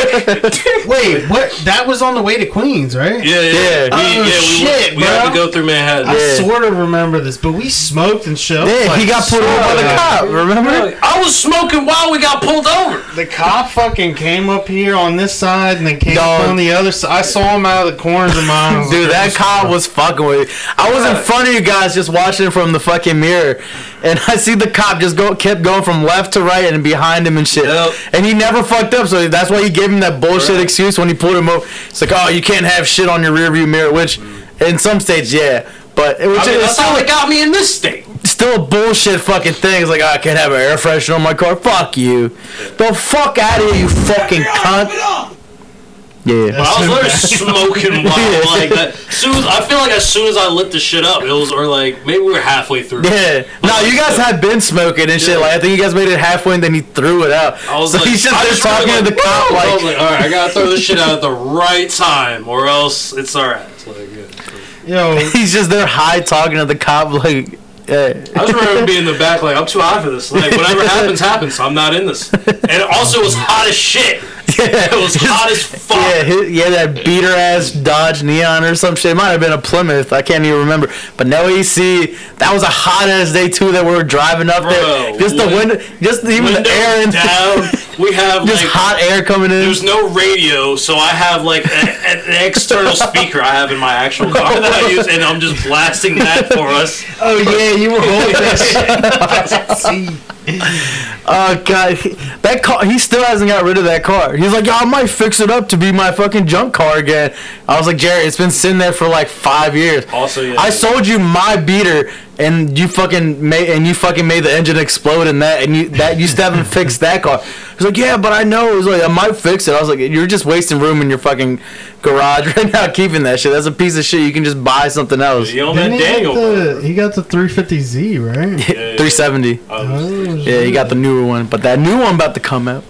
Wait, what? That was on the way to Queens, right? Yeah, yeah. Yeah. We, Oh, yeah, we, shit, we had to bro. go through Manhattan. I Yeah. sort of remember this, but we smoked and shit. I was Yeah, he like, got pulled over by the "Sorry." cop. Remember? I was smoking while we got pulled over. The cop fucking came up here on this side and then came Dog. up on the other side. I saw him out of the corners of my eyes. Dude, that cop was fucking with me. I was in front of you guys just watching from the fucking mirror. And I see the cop just go kept going from left to right and behind him and shit. Yep. And he never fucked up, so that's why he gave him that bullshit excuse when he pulled him over. It's like, oh, you can't have shit on your rearview mirror, which in some states, yeah. But it was I just mean, it's that's still, how they like, got me in this state. still a bullshit fucking thing. It's like, oh, I can't have an air freshener on my car. Fuck you. The fuck out of here, you fucking cunt. Yeah. I was literally smoking while like that. Soon as, I feel like as soon as I lit the shit up, it was or like maybe we were halfway through. Yeah. No, you guys had been smoking and shit. Yeah. Like I think you guys made it halfway and then he threw it out. I was so like, he's just I there just talking really to the like, cop I was like, like, all right, I gotta throw this shit out at the right time, or else it's all right. It's like, yeah. Yo, he's just there high talking to the cop like yeah. I just remember being in the back, like I'm too high for this. Like whatever happens, happens. I'm not in this. And also, it was hot as shit. Yeah. It was hot as fuck. Yeah, his, yeah, that beater ass Dodge Neon or some shit. It might have been a Plymouth. I can't even remember. But no AC. That was a hot ass day too. That we were driving up there. Bro, Just the win- window, just even the Windows air and down. We have just like hot air coming in. there's no radio, so I have like a, a- an external speaker I have in my actual car that I use, and I'm just blasting that for us. Oh yeah, you were holding that Oh god, that car. He still hasn't got rid of that car. He's like, yeah, I might fix it up to be my fucking junk car again. I was like, Jerry, it's been sitting there for like five years. Also, yeah. I sold you my beater, and you fucking made and you fucking made the engine explode in that, and you that you still haven't fixed that car. He's like, yeah, but I know. It was like I might fix it. I was like, you're just wasting room in your fucking garage right now keeping that shit. That's a piece of shit. You can just buy something else. You own that Didn't he, get Daniel. the, he got the 350Z, right? yeah. 370. Oh, Yeah, you got the newer one, but that new one about to come out.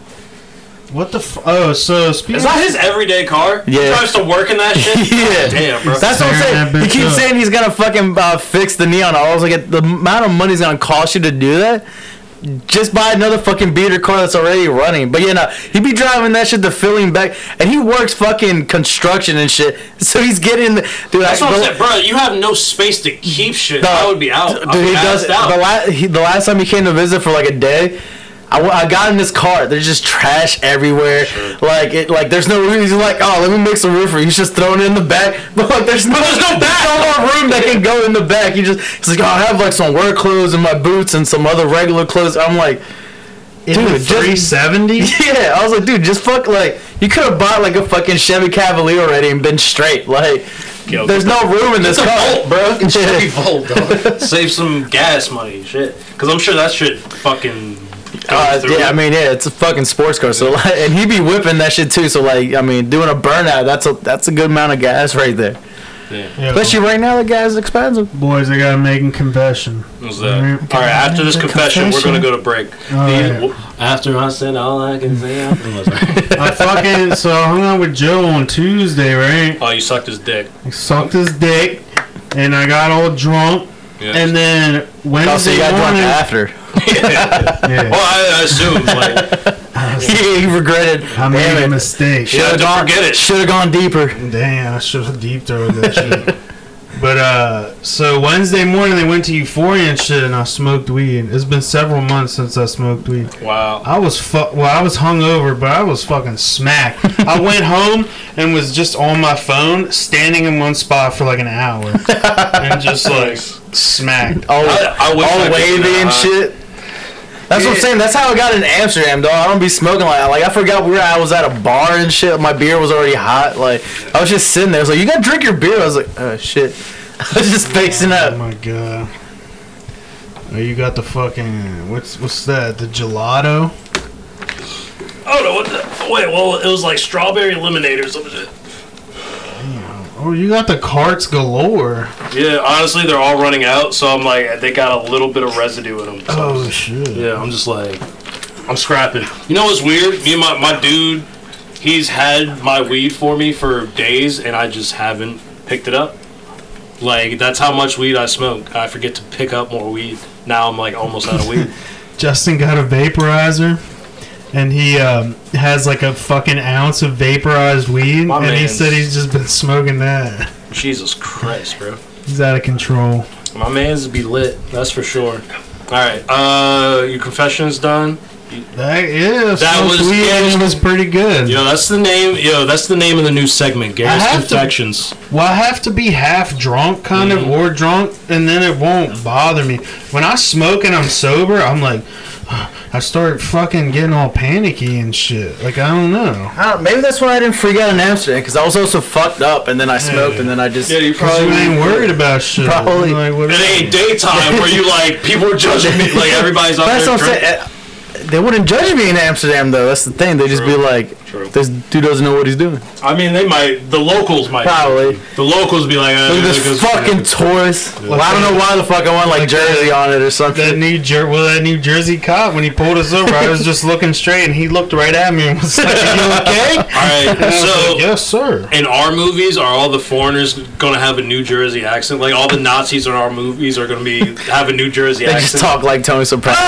What the? F- oh, so speaking. is that his everyday car? He Yeah. drives to work in that shit. Yeah. Oh, Damn, bro. That's what I'm Tearing saying. that He bitch keeps up. saying he's gonna fucking uh, fix the neon. I was like, the amount of money it's gonna cost you to do that. Just buy another fucking beater car that's already running. But yeah, no, he be driving that shit to Philly and back, and he works fucking construction and shit. So he's getting, dude. That's I, what I'm the- saying, bro. You have no space to keep shit. No. I would be out. I'd Dude, be he does. passed out. The, la- he, the last time he came to visit for like a day, I, w- I got in this car. There's just trash everywhere. Like it, like there's no room. He's like, oh, let me make some room for you. He's just throwing it in the back. But like, there's no, there's no back. more room that can go in the back. He just he's like, oh, I have like some work clothes and my boots and some other regular clothes. I'm like. Dude, just, 370? yeah, I was like, dude, just fuck, like, you could have bought, like, a fucking Chevy Cavalier already and been straight. Like, Yo, there's no room in this car. Volt, bro. Yeah. Chevy Volt, dog. Save some gas money, shit. Because I'm sure that shit fucking. goes Uh, through. yeah, I mean, yeah, it's a fucking sports car. So, like, and he be whipping that shit too. So, like, I mean, doing a burnout, that's a that's a good amount of gas right there. Yeah. Especially right now, the gas is expensive. Boys, I gotta make a confession. What's that? uh, All right, after this confession, we're gonna go to break. All The- right. w- After I said all I can say, I'm I fucking so I hung out with Joe on Tuesday, right? Oh, you sucked his dick. I sucked his dick, and I got all drunk. Yeah. And then Wednesday Oh, Also, you got drunk morning, after. yeah, well, I, I assume like he regretted. I made a mistake. Yeah, don't forget it. Should have gone deeper. Damn, I should have deep throated that shit. But uh, so Wednesday morning they went to Euphoria and shit, and I smoked weed. It's been several months since I smoked weed. wow. I was fu- well, I was hungover, but I was fucking smacked. I went home and was just on my phone, standing in one spot for like an hour, and just like smacked. All, I- I wish all I could- uh, wavy and nah. shit. That's what I'm Yeah. saying. That's how I got in Amsterdam, dog. I don't be smoking like that. Like I forgot where I was at a bar and shit. My beer was already hot. Like I was just sitting there. I was like, "You gotta drink your beer." I was like, "Oh shit." I was just facing up. Oh my god! Oh, you got the fucking what's what's that? The gelato? Oh no! What the, wait, well, it was like strawberry lemonade or some shit. Oh, you got the carts galore. Yeah, honestly, they're all running out, so I'm like, they got a little bit of residue in them. So Oh shit! Yeah, I'm just like, I'm scrapping. You know what's weird? Me and my, my dude, he's had my weed for me for days, and I just haven't picked it up. Like, that's how much weed I smoke. I forget to pick up more weed. Now I'm like almost out of weed. Justin got a vaporizer. And he um, has like a fucking ounce of vaporized weed, My and he man's- said he's just been smoking that. Jesus Christ, bro. He's out of control. My man's be lit, that's for sure. All right, uh, your confession's done. That, yeah, That smoked was- weed and it was pretty good. Yo, that's the name. Yo, that's the name of the new segment, Gary's I have to- Confections. Well, I have to be half drunk, kind Mm-hmm. of, or drunk, and then it won't bother me. When I smoke and I'm sober, I'm like, I start fucking getting all panicky and shit. Like I don't know. I don't, maybe that's why I didn't freak out in Amsterdam because I was also fucked up and then I smoked and then I just. you 'Cause you ain't worried about shit. Probably. Like, what It ain't daytime where you like people are judging me. Like everybody's out that's there. what I'm saying. Uh, They wouldn't judge me in Amsterdam though. That's the thing. They just True. be like, True. "This dude doesn't know what he's doing." I mean, they might. The locals might. Probably. The locals be like, uh, Look at because- this fucking tourist. Well, I don't know why the fuck I want like jersey on it or That something. New Jer- well, that New Jersey cop when he pulled us over, I was just looking straight, and he looked right at me and was like, "Are you okay?" All right, I was like, so. yes, sir. In our movies, are all the foreigners gonna have a New Jersey accent? Like all the Nazis in our movies are gonna be have a New Jersey They just accent? talk like Tony Soprano.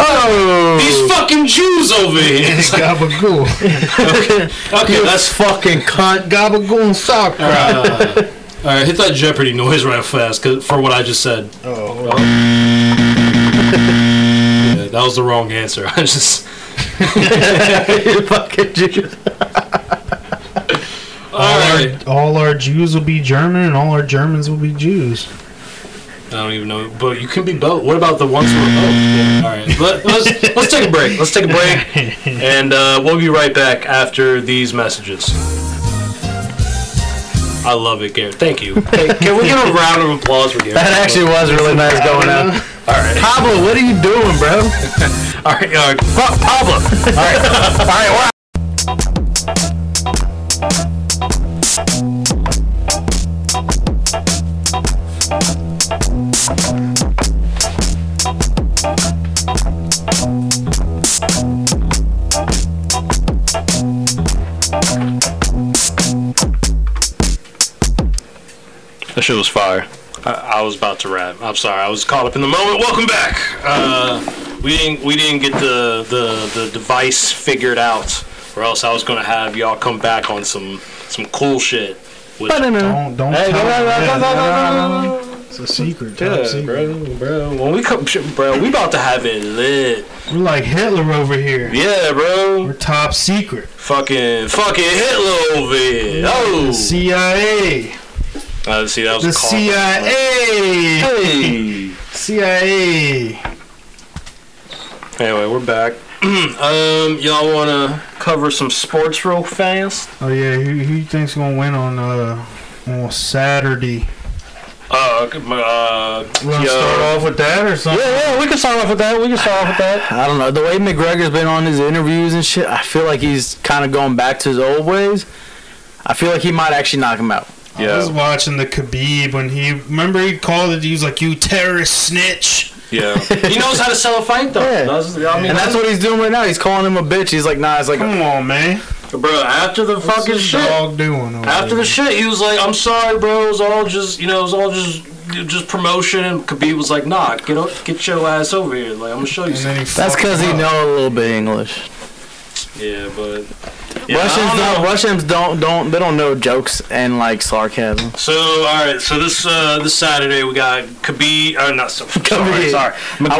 oh, Oh, these fucking Jews over here. It's like, Gabagool, okay, you that's uh, fucking cunt. gabagool, soccer. all right. Hit that Jeopardy noise right fast, 'cause- for what I just said. Oh, Hmm. Yeah, Uh, that was the wrong answer. I just. you fucking Jew. All right. all our Jews will be German, and all our Germans will be Jews. I don't even know, but you can be both. What about the ones who are both? Yeah, all right, Let, let's let's take a break. Let's take a break, and uh, we'll be right back after these messages. I love it, Garrett. Thank you. Hey, can we give a round of applause for Garrett? That actually was really nice going out. all right, Pablo, what are you doing, bro? all right, all right. Pa- Pablo. All right, all right, we're out. That shit was fire. I, I was about to rap. I'm sorry. I was caught up in the moment. Welcome back. Uh, we didn't we didn't get the, the the device figured out, or else I was gonna have y'all come back on some some cool shit. Which, Don't don't Hey, tell. no, no, no, Yeah, no, no, no, no, no, It's a secret. top yeah, bro, secret. bro. When we come, bro, we about to have it lit. We're like Hitler over here. Yeah, bro. We're top secret. Fucking fucking Hitler over here. Oh, CIA. uh, see that was The a call. CIA. Hey. CIA. Anyway, we're back. um, y'all wanna cover some sports real fast? Oh yeah, who who you think's gonna win on uh on Saturday? We're Uh, uh, gonna Yo. start off with that or something. yeah, we can start off with that. We can start off with that. I don't know. The way McGregor's been on his interviews and shit, I feel like he's kind of going back to his old ways. I feel like he might actually knock him out. I was watching the Khabib when he remember he called it. He was like, "You terrorist snitch." yeah. he knows how to sell a fight, though. Yeah. That's- I Hmm. mean, And that's what he's doing right now. He's calling him a bitch. He's like, nah, it's like, Come on, man. bro. After the fucking What's shit, this dog doing over after there? the shit, he was like, "I'm sorry, bro. It was all just, you know, it was all just, just promotion." And Khabib was like, "Nah, get up, get your ass over here. Like, I'm gonna show you." And Something. then he that's fucked because he up. know a little bit English. Yeah, but Russians I don't know. don't. Russians don't. Don't. They don't know jokes and like sarcasm. So, all right. So this uh, this Saturday we got Khabib. Uh, not so, sorry, Khabib. sorry. I wish. I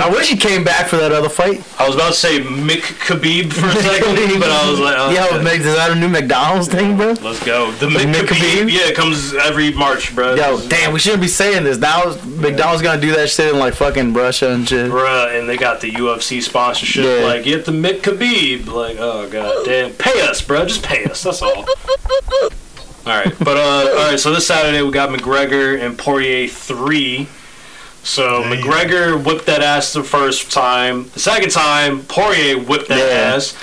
McGregor. wish he came back for that other fight. I was about to say Mick Khabib for a second, but I was like, oh, Yo, Meg, is that a new McDonald's thing, bro? Let's go. The Mick, Mick Khabib, Khabib? Yeah, it comes every March, bro. Yo, damn, we shouldn't be saying this. Now McDonald's gonna do that shit in like fucking Russia and shit. Bruh, and they got the UFC sponsorship. Yeah. Like, get the Mick Khabib. Like, oh god damn, pay us, bro. Just pay us. That's all. all right, but uh, all right. So this Saturday we got McGregor and Poirier three. So McGregor whipped that ass the first time. The second time, Poirier whipped that Yeah. ass.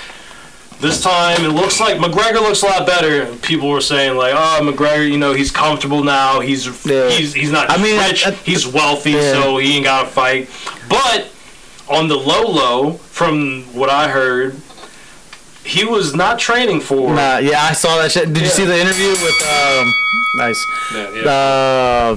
This time, it looks like McGregor looks a lot better. People were saying like, "Oh, McGregor, you know, he's comfortable now. He's Yeah. he's he's not I mean, rich. I- I- he's wealthy, Yeah. so he ain't got to fight." But on the low low, from what I heard, he was not training for. Nah, yeah, I saw that shit. Did you see the interview with um, nice, Yeah, yeah. uh,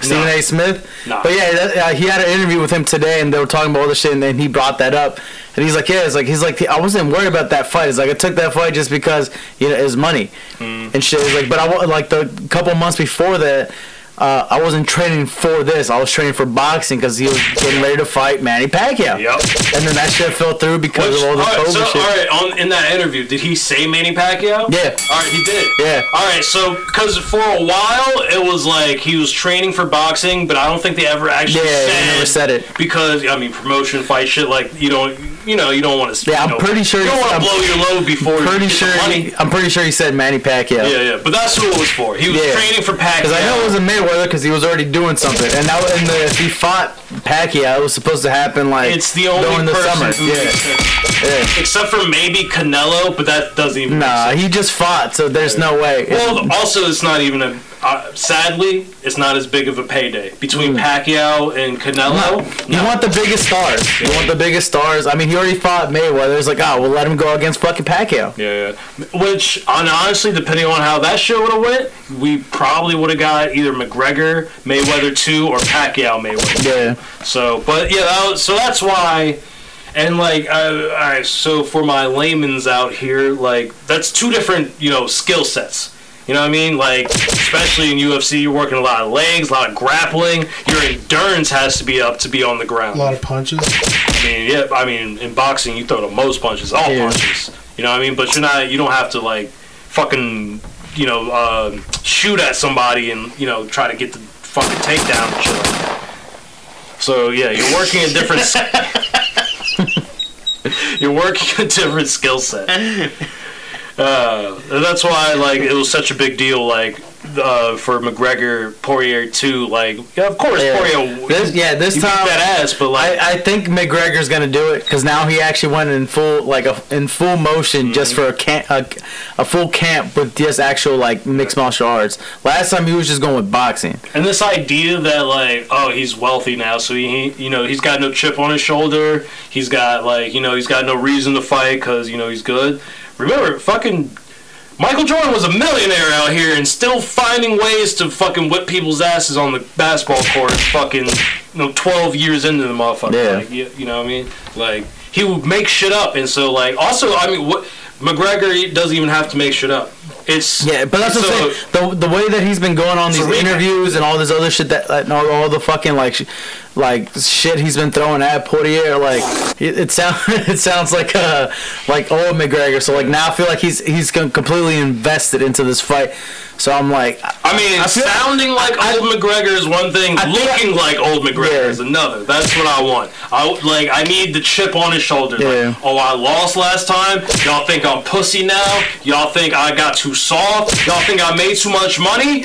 Stephen No. A. Smith? No. But yeah, that, uh, he had an interview with him today, and they were talking about all this shit, and then he brought that up, and he's like, yeah, it's like he's like, I wasn't worried about that fight. It's like I took that fight just because you know it was money Hmm. and shit. It's like, but I wa- like the couple months before that. Uh, I wasn't training for this. I was training for boxing because he was getting ready to fight Manny Pacquiao. Yep. And then that shit fell through because Which, of all all the right, COVID so, shit. all right, on, in that interview, did he say Manny Pacquiao? Yeah. All right, he did. Yeah. All right, so because for a while it was like he was training for boxing, but I don't think they ever actually Yeah, they said, never said it. because I mean promotion fight shit like you don't you know you don't want to Yeah, I'm pretty sure you don't it's- want to I'm blow your load before you pretty get the sure money. he, I'm pretty sure he said Manny Pacquiao. yeah, yeah, but that's who it was for. He was Yeah. training for Pacquiao. Because I know it wasn't Mayweather because he was already doing something, and that was- and the, if he fought Pacquiao, it was supposed to happen like it's the only during the person summer. who makes Yeah, sense. yeah. except for maybe Canelo, but that doesn't even make Nah, he just fought, so there's no way. Well, also, it's not even a. Uh, sadly, it's not as big of a payday between Pacquiao and Canelo. Mm. you want the biggest stars. You want the biggest stars. I mean, he already fought Mayweather. It's like, oh, we'll let him go against fucking Pacquiao. Yeah, yeah. Which, on honestly, depending on how that shit would have went, we probably would have got either McGregor Mayweather two or Pacquiao Mayweather. Yeah. So, but yeah, that was, so that's why. And like, uh, all right, so for my layman's out here, like that's two different, you know, skill sets. You know what I mean? Like, especially in UFC, you're working a lot of legs, a lot of grappling. Your endurance has to be up to be on the ground. A lot of punches. I mean, yeah, I mean, in boxing, you throw the most punches, all Yeah. punches. You know what I mean? But you're not, you don't have to like fucking, you know, uh, shoot at somebody and you know try to get the fucking takedown and shit. like that. So yeah, you're working a different. s- you're working a different skill set. Uh, and that's why like it was such a big deal. Like uh, for McGregor Poirier too. Like, yeah, of course Yeah. Poirier. This- yeah, this he beat time- that ass, but like, I, I think McGregor's gonna do it because now he actually went in full like a, in full motion just for a camp a, a full camp with just actual like mixed martial arts. Last time he was just going with boxing. and this idea that like, oh, he's wealthy now, so he, he, you know, he's got no chip on his shoulder. He's got like, you know, he's got no reason to fight because you know he's good. Remember, fucking Michael Jordan was a millionaire out here and still finding ways to fucking whip people's asses on the basketball court. Fucking, you know, twelve years into the motherfucker. Yeah. Like, you, you know what I mean? Like he would make shit up, and so like also, I mean, what McGregor he doesn't even have to make shit up. It's Yeah, but that's what so- I'm saying. The, the way that he's been going on these Serena. interviews and all this other shit that like, and all, all the fucking like sh- like shit he's been throwing at Poirier like it, it sounds it sounds like uh like old McGregor. So like now I feel like he's he's com- completely invested into this fight. So I'm like I mean, sounding like old McGregor is one thing, looking like old McGregor Yeah. is another. That's what I want. I like. I need the chip on his shoulder. Yeah. Like, oh, I lost last time. Y'all think I'm pussy now. Y'all think I got too soft. Y'all think I made too much money.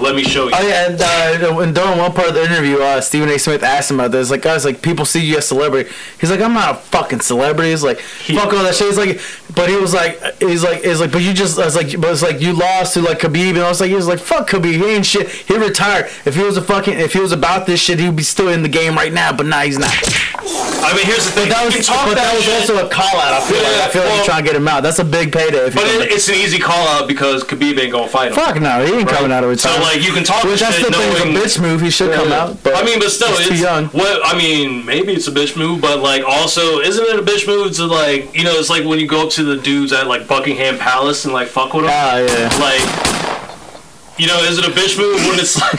Let me show you. Oh yeah, and uh, and during one part of the interview, uh, Stephen A. Smith asked him about this. Like, guys, like people see you as celebrity. He's like, I'm not a fucking celebrity. He's like, fuck all that shit. He's like, but he was like, he's like, he's like, but you just, I was like, but it's like you lost to like Khabib, and I was like, he was like, fuck Khabib, he ain't shit. He retired. If he was a fucking, if he was about this shit, he'd be still in the game right now. But nah, he's not. I mean, here's the thing. But that You was, can talk but that, was shit. also a call out. I feel like I feel like Yeah, you're trying to get him out. That's a big payday. If But you're it, it's an easy call out because Khabib ain't gonna fight him. fuck no, he ain't coming out of So retirement. like, you can talk Which I shit still think is a knowing bitch move. He should come out. But I mean, but still, he's it's too young. What I mean, maybe it's a bitch move, but like also, isn't it a bitch move to like you know? It's like when you go up to the dudes at like Buckingham Palace and like fuck with them. Ah, yeah. Like, you know, is it a bitch move when it's like?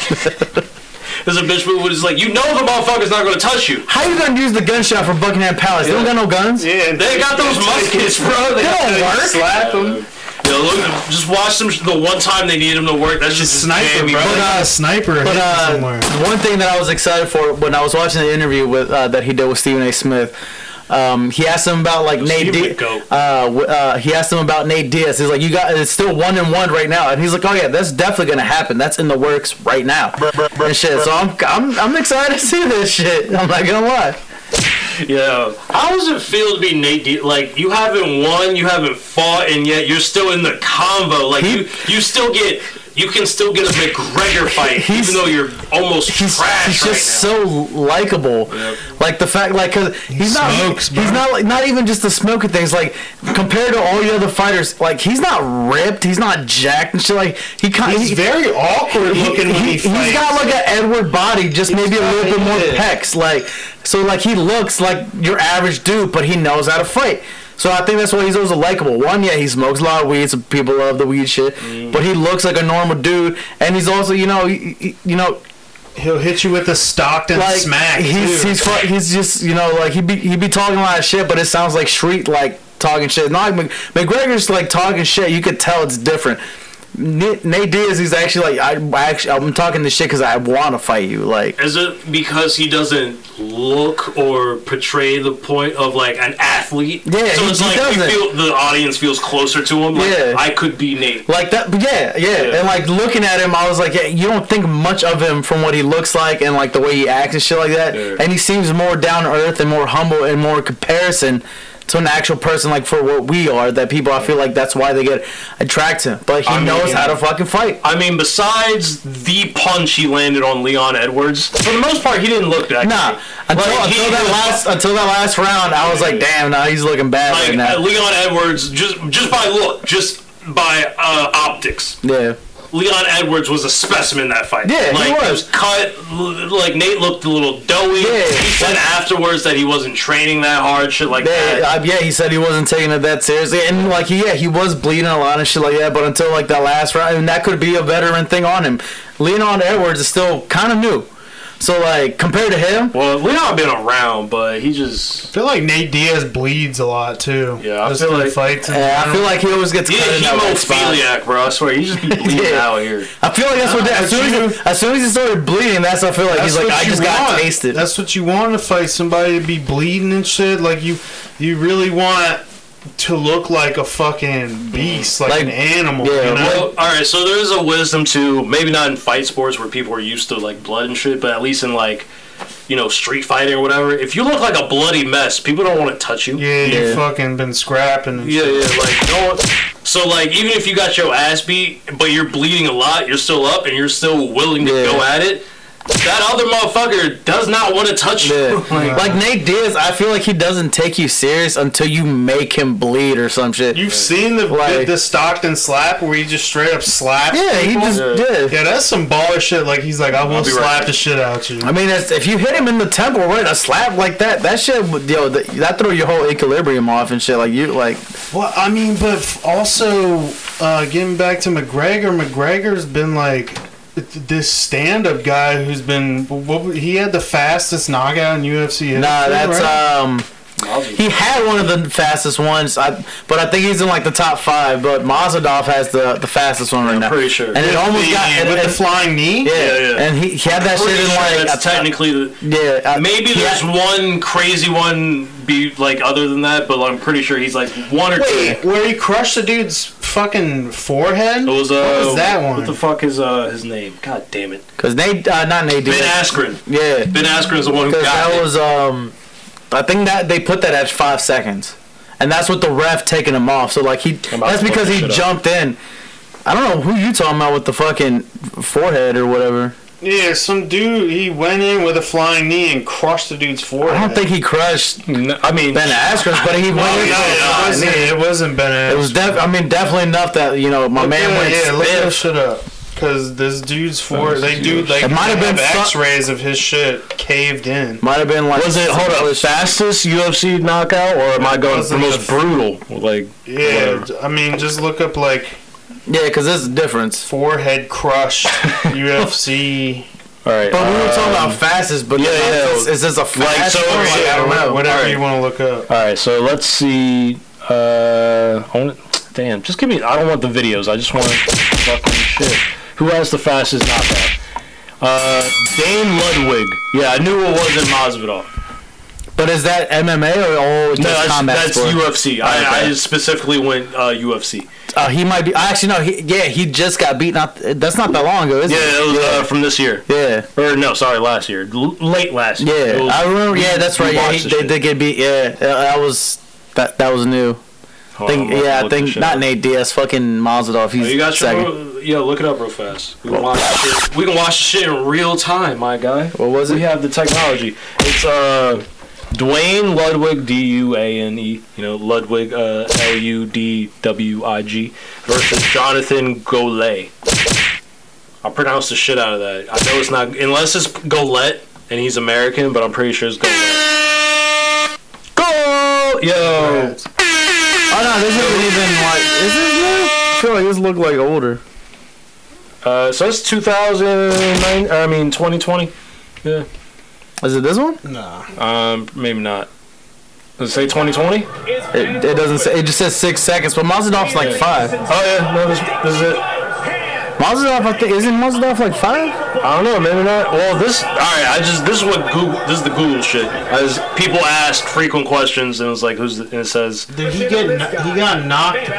Is it a bitch move when it's like you know the motherfucker's not gonna touch you? How you gonna use the gunshot from Buckingham Palace? They don't got no guns. Yeah, they got those muskets, bro. They don't work. Slap them. Yeah, look, just watch them. The one time they need them to work, that's just Sniper, jammy, bro. They But, got uh, a sniper But hidden uh, somewhere. one thing that I was excited for when I was watching the interview with uh, that he did with Stephen A. Smith. Um, he asked him about like Nate Stephen Diaz. would go. Uh, w- uh, he asked him about Nate Diaz. He's like, "You got it's still one and one right now," and he's like, "Oh yeah, that's definitely gonna happen. That's in the works right now." and shit. So I'm, I'm I'm excited to see this shit. I'm not gonna lie. Yeah. How does it feel to be Nate? D- like you haven't won, you haven't fought, and yet you're still in the convo. Like you, you still get, you can still get a McGregor fight, He's- even though you're almost he's, trash he's right just now. so likable. Like the fact, like, cause he's not, smokes, bro. he's not like, not even just the smoking things. Like compared to all the other fighters, like he's not ripped, he's not jacked and shit. Like he kind, He's he, very awkward looking when he he, fights. has got like an Edward body, just maybe a little bit more yeah. pecs. Like so, like he looks like your average dude, but he knows how to fight. So I think that's why he's always a likable one. Yeah, he smokes a lot of weed, so people love the weed shit. Mm. But he looks like a normal dude, and he's also, you know, he- he, you know, He'll hit you with a Stockton like smack. he's too. he's fu- he's just you know like he be he be talking a lot of shit, but it sounds like street like talking shit. Not like Mc- McGregor's like talking shit. You could tell it's different. Nate Nate Diaz is actually like I, I actually I'm talking this shit because I want to fight you. Like Is it because he doesn't look or portray the point of like an athlete? Yeah, so he- it's he like you doesn't. feel the audience feels closer to him. Like, Yeah. I could be Nate. like that but yeah, yeah Yeah. and like looking at him i was like yeah you don't think much of him from what he looks like and like the way he acts and shit like that Yeah. and he seems more down to earth and more humble and more comparison to an actual person like for what we are that people i feel like that's why they get attracted to him but he I mean, knows yeah. how to fucking fight I mean, besides the punch he landed on Leon Edwards, for the most part, he didn't look that. Nah, great. until, Like, he- until he that was- last until that last round, I was like, "Damn, now he's looking bad like right now." uh, Leon Edwards, just just by look, just by uh, optics, yeah, Leon Edwards was a specimen that fight. Yeah, he like, was. cut. l- Like Nate looked a little doughy. Yeah. he said afterwards that he wasn't training that hard, shit like yeah, that. uh, yeah. He said he wasn't taking it that seriously, and like, yeah, he was bleeding a lot and shit like that. But until like that last round, and that could be a veteran thing on him. Leon Edwards is still kind of new, so like compared to him, Well, Leon been around, but he just I feel like Nate Diaz bleeds a lot too. Yeah, I Just feel in like- fights. and- yeah, I feel like he always gets he's cut a in that right spot. hemophiliac, bro. I swear, he just be bleeding Yeah. out here. I feel like that's what that, as soon as he, as soon as he started bleeding, that's what I feel like he's like what I you just got want. tasted. That's what you want to fight somebody to be bleeding and shit. Like you, you really want to look like a fucking beast, like, Like- an animal. yeah, you know? Well, all right, so there is a wisdom to maybe not in fight sports where people are used to like blood and shit, but at least in like you know street fighting or whatever, if you look like a bloody mess, people don't want to touch you. yeah, you yeah. fucking been scrapping. And yeah, yeah, like no. One, so like even if you got your ass beat, but you're bleeding a lot, you're still up and you're still willing to Yeah. go at it. That other motherfucker does not want to touch Yeah. you. Like, Nate Diaz, I feel like he doesn't take you serious until you make him bleed or some shit. You've seen the Like- the, the Stockton slap where he just straight up slaps. yeah, he people? just did. Yeah, that's some baller shit. Like he's like, I will be right slap back. the shit out you. I mean, that's, if you hit him in the temple, right, a slap like that, that shit, would- yo, that, that throw your whole equilibrium off and shit. Like you, like Well, I mean, but f- also uh, getting back to McGregor, McGregor's been like th- this stand-up guy who's been what, he had the fastest knockout in UFC. history, nah, that's right? um, he had one of the fastest ones, I, but I think he's in like the top five. But Mazadov has the the fastest one right now. pretty sure. And it almost The- got and, with and- the flying knee. yeah, Yeah, yeah. and he, he had that shit Pretty in sure like that's I- technically the. yeah, I- Maybe he there's had- one crazy one be like other than that, but I'm pretty sure he's like one or two. Wait, where he crushed the dude's fucking forehead? It was, uh, what was that one? What the fuck is uh, his name? God damn it. Cause Nate, uh, not Nate. Ben Diaz. Askren. Yeah, Ben Askren's the one who because got that it. was um, I think that they put that at five seconds, and that's what the ref taking him off. So like he, about that's to because fuck he this shit up. jumped in. I don't know who you talking about with the fucking forehead or whatever. yeah, some dude he went in with a flying knee and crushed the dude's forehead. I don't think he crushed I mean, Ben Askren, but he went. No, no, it, wasn't, it wasn't Ben. It Askren. was def- I mean, definitely enough that you know my man yeah, went yeah, look that stiff. shit up. Cause this dude's for they do like It might have been fu- X-rays of his shit caved in. Might have been like was it? Hold up, fastest UFC knockout, or am I going Wasn't the most brutal? Like Yeah, I mean, just look up like yeah, because there's a difference. forehead crushed UFC. All right. But we were uh, talking about fastest, but Um, yeah, yeah. Is, is this a fast? so- or, Like, like, I don't know, whatever Alright. you want to look up. all right. So let's see. Uh, I want. Damn. Just give me. I don't want the videos. I just want fucking shit. Who has the fastest knockout? Uh, Dane Ludwig. Yeah, I knew it wasn't Masvidal. But is that MMA or oh, no, just that's, combat that's sport? UFC. I, Okay. I specifically went uh, UFC. Uh, he might be. Actually, no. He, yeah, he just got beat. Not that's not that long ago, is Yeah, it? it was uh, from this year. Yeah, Or no, sorry, last year. L- late last year. It yeah. was- I remember. Yeah, that's right. Yeah, watched he, this they shit. did get beat. Yeah, uh, that was that. That was new. Oh, Hold on, Think, I'm yeah, I looking this think shit not up. Nate Diaz. Fucking Mazadov. He's you got second. your, yeah, look it up real fast. We can watch the shit. We can watch the shit in real time, my guy. What was We it? have the technology. It's uh, Dwayne Ludwig, D U A N E, you know, Ludwig, uh, L U D W I G, Versus Jonathan Golay. I pronounced the shit out of that. I know it's not unless it's Golette and he's American, but I'm pretty sure it's Golette. Goal! Yo. Oh no, this isn't even like. Is this new? I feel like this look like older. Uh, so it's 2009. I mean 2020. Is it this one? Um, maybe not. Does it say 2020? It, it doesn't say. It just says six seconds. But Mazadov's like five. Oh yeah, no, this, this is it. Mazadov, I think, isn't Mazadov like five? I don't know, maybe not. Well, this. All right, I just this is what Google. This is the Google shit. As people ask frequent questions, and it's like, who's? The, and it says, Did he get? He got knocked.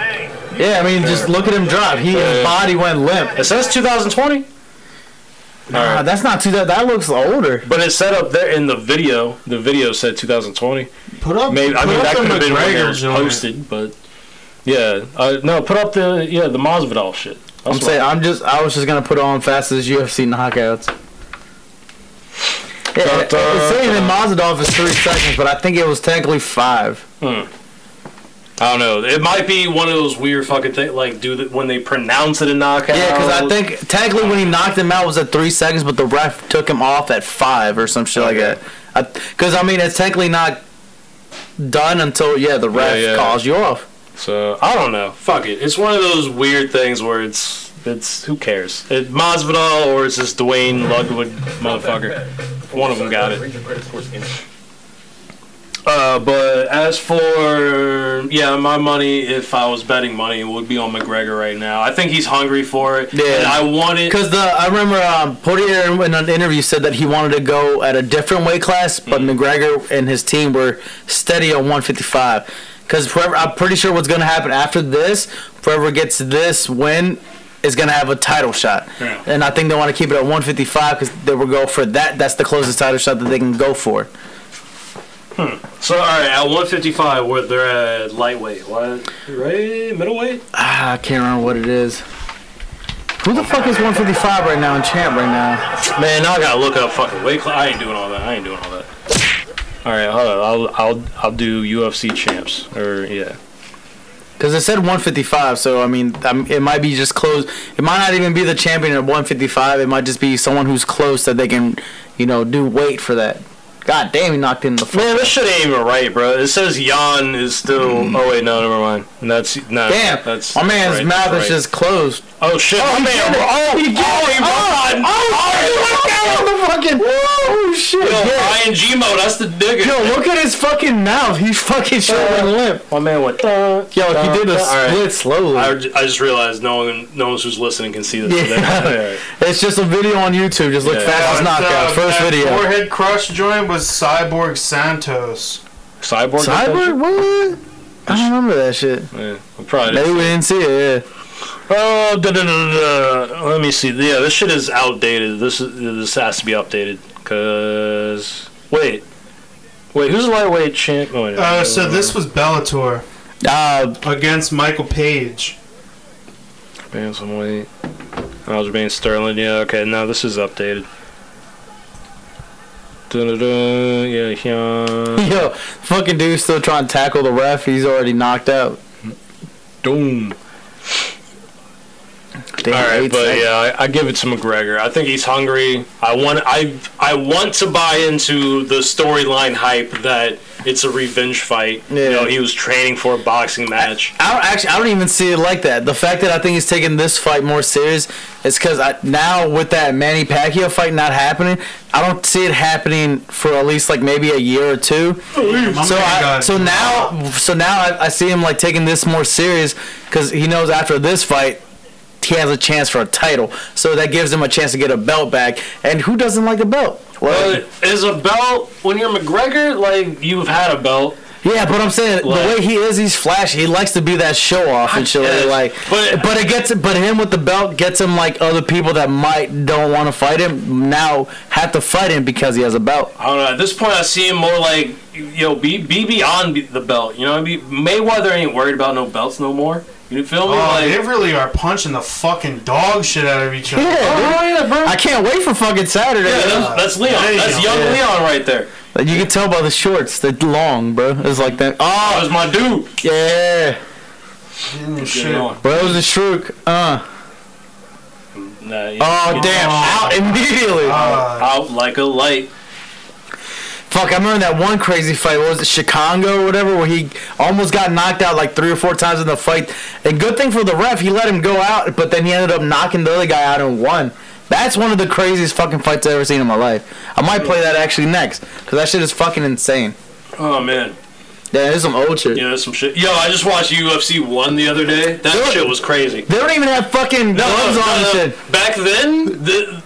Yeah, I mean, just look at him drop. He his body went limp. it says 2020, Nah, that's not too. That that looks older. but it's set up there in the video. The video said 2020. Put up. Maybe I put mean up that the could have been when it McGregor was joint. posted, but yeah, uh, no, put up the yeah the Masvidal shit. That's I'm what- saying. I'm just. I was just gonna put on fastest UFC knockouts. Yeah, it- it's saying that Mazadov is three seconds, but I think it was technically five. I don't know. It might be one of those weird fucking things. Like, do the, when they pronounce it a knockout? Yeah, because I think technically when he knocked him out was at three seconds, but the ref took him off at five or some shit like that. Because I, mean, it's technically not done until yeah, the ref Yeah, yeah. calls you off. So I don't know. Fuck it. It's one of those weird things where it's it's who cares? It Masvidal or is this Dwayne Ludwig motherfucker? One of them got it. Uh, but as for yeah, my money, if I was betting money, it would be on McGregor right now. I think he's hungry for it. Yeah. And I want it. Because the I remember um, Poirier in an interview said that he wanted to Mm-hmm. go at a different weight class, but McGregor and his team were steady at 155. Because whoever, I'm pretty sure what's gonna happen after this, whoever gets this win is gonna have a title shot. Yeah. And I think they want to keep it at 155 because they will go for that. That's the closest title shot that they can go for. So all right, at 155, where they're at lightweight, what? Right, middleweight. Ah, I can't remember what it is. Who the fuck is 155 right now and champ right now? Man, now I gotta look up fucking weight class. I ain't doing all that. I ain't doing all that. All right, hold on. I'll I'll I'll do UFC champs or yeah. Because it said 155, so I mean, um, it might be just close. It might not even be the champion at 155. It might just be someone who's close that they can, you know, do weight for that. God damn, he knocked in the fuck. Man, this shit ain't even right, bro. It says Jan is still. Oh wait, no, never mind. And that's no. Hmm. Damn, that's my man's right, mouth that's is right. just closed. Oh shit! Oh, man, oh, he oh, he rocked on- oh, Oh, fucking. Whoa, shit. he rocked yeah. on ing mode. That's the nigga. Yo, look at his fucking mouth. He's fucking short and limp. My man went. Yo, he did a Uh, all right. split slowly. I, ju- I just realized no one, no one who's listening can see this. so Yeah. that- It's just a video on YouTube. Just look Yeah. fast as knockout. First video. Forehead crush joint was Cyborg Santos. Cyborg. Cyber? What? I don't remember that shit. Yeah, I'm probably. Maybe we didn't see it. Yeah. Oh, da, da, da, da. let me see. Yeah, this shit is outdated. This is, this has to be updated. Cause wait, wait, who's the lightweight champ? Oh, wait, Uh, so this was Bellator Uh, against Michael Page. weight. Aljamain Sterling. Yeah, okay. Now this is updated. Da, da, da. Yeah, yeah. yo, fucking dude's still trying to tackle the ref. He's already knocked out. Doom. Damn, All right, eight but seconds. yeah, I, I give it to McGregor. I think he's hungry. I want I I want to buy into the storyline hype that it's a revenge fight. Yeah. You know, he was training for a boxing match. I don't actually. I don't even see it like that. The fact that I think he's taking this fight more serious is because now with that Manny Pacquiao fight not happening, I don't see it happening for at least like maybe a year or two. so Oh, man I, got- so now so now I, I see him like taking this more serious because he knows after this fight he has a chance for a title. So that gives him a chance to get a belt back. And who doesn't like a belt? Well, But is a belt when you're McGregor like you've had a belt? yeah, but I'm saying the Like- way he is, he's flashy. He likes to be that show off and shit. guess, Like, but but- but it gets but him with the belt gets him like other people that might don't want to fight him now have to fight him because he has a belt. I don't know. At this point, I see him more like you know be be beyond be- the belt. You know, what I mean Mayweather ain't worried about no belts no more. You feel me? Oh, like, they really are punching the fucking dog shit out of each other. I can't wait for fucking Saturday. yeah, yo. that's, that's Leon. That's young Yeah. Leon right there. Like, you can tell by the shorts, they're long, bro. It's like that. That Oh was my dude. yeah, Mm, You shit. know, bro, it was a shrook. Uh. nah, you- Oh damn! Out immediately. Oh, Uh, out like a light. Fuck, I remember that one crazy fight. What was it, Chicago or whatever, where he almost got knocked out like three or four times in the fight. And good thing for the ref, he let him go out, but then he ended up knocking the other guy out and won. That's one of the craziest fucking fights I've ever seen in my life. I might play that actually next, because that shit is fucking insane. Oh man. Yeah, it's some old shit. Yeah, that's some shit. Yo, I just watched UFC one the other day. That Really? shit was crazy. They don't even have fucking gloves No, no, on and no. shit. Back then, the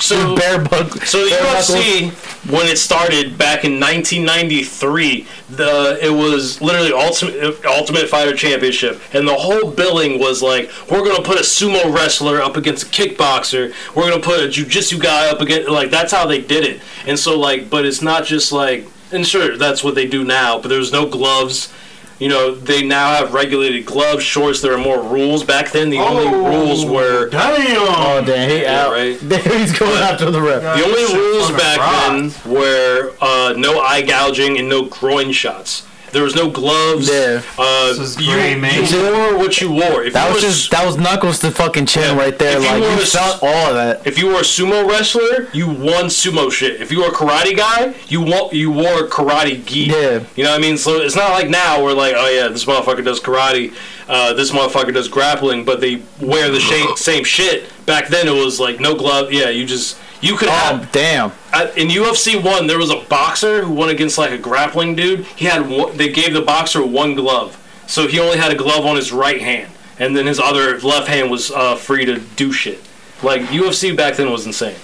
so Bare bug. so the bare knuckles. UFC when it started back in 1993, the it was literally ultimate Ultimate Fighter Championship, and the whole billing was like, we're gonna put a sumo wrestler up against a kickboxer, we're gonna put a jujitsu guy up against like that's how they did it, and so like, but it's not just like, and sure that's what they do now, but there's no gloves. You know, they now have regulated gloves, shorts. There are more rules. Back then, the Oh. only rules were damn. Oh, damn, he Yeah, out. right. He's going after the ref. The only Shit rules fucking back rocked. then were uh, no eye gouging and no groin shots. There was no gloves. Yeah. Uh, This is you, great, man. you wore what you wore. If That you was were s- just that was knuckles to fucking chin Yeah, right there. if you Like were you to s- felt all of that. If you were a sumo wrestler, you won sumo shit. If you were a karate guy, you won, you wore karate gi. Yeah. You know what I mean? So it's not like now we're like, oh yeah, this motherfucker does karate, uh, this motherfucker does grappling, but they wear the same, same shit. Back then it was like no glove. Yeah, you just you could have Oh damn. I- in UFC one, there was a boxer who won against like a grappling dude. He had one, they gave the boxer one glove, so he only had a glove on his right hand, and then his other left hand was uh, free to do shit. Like UFC back then was insane.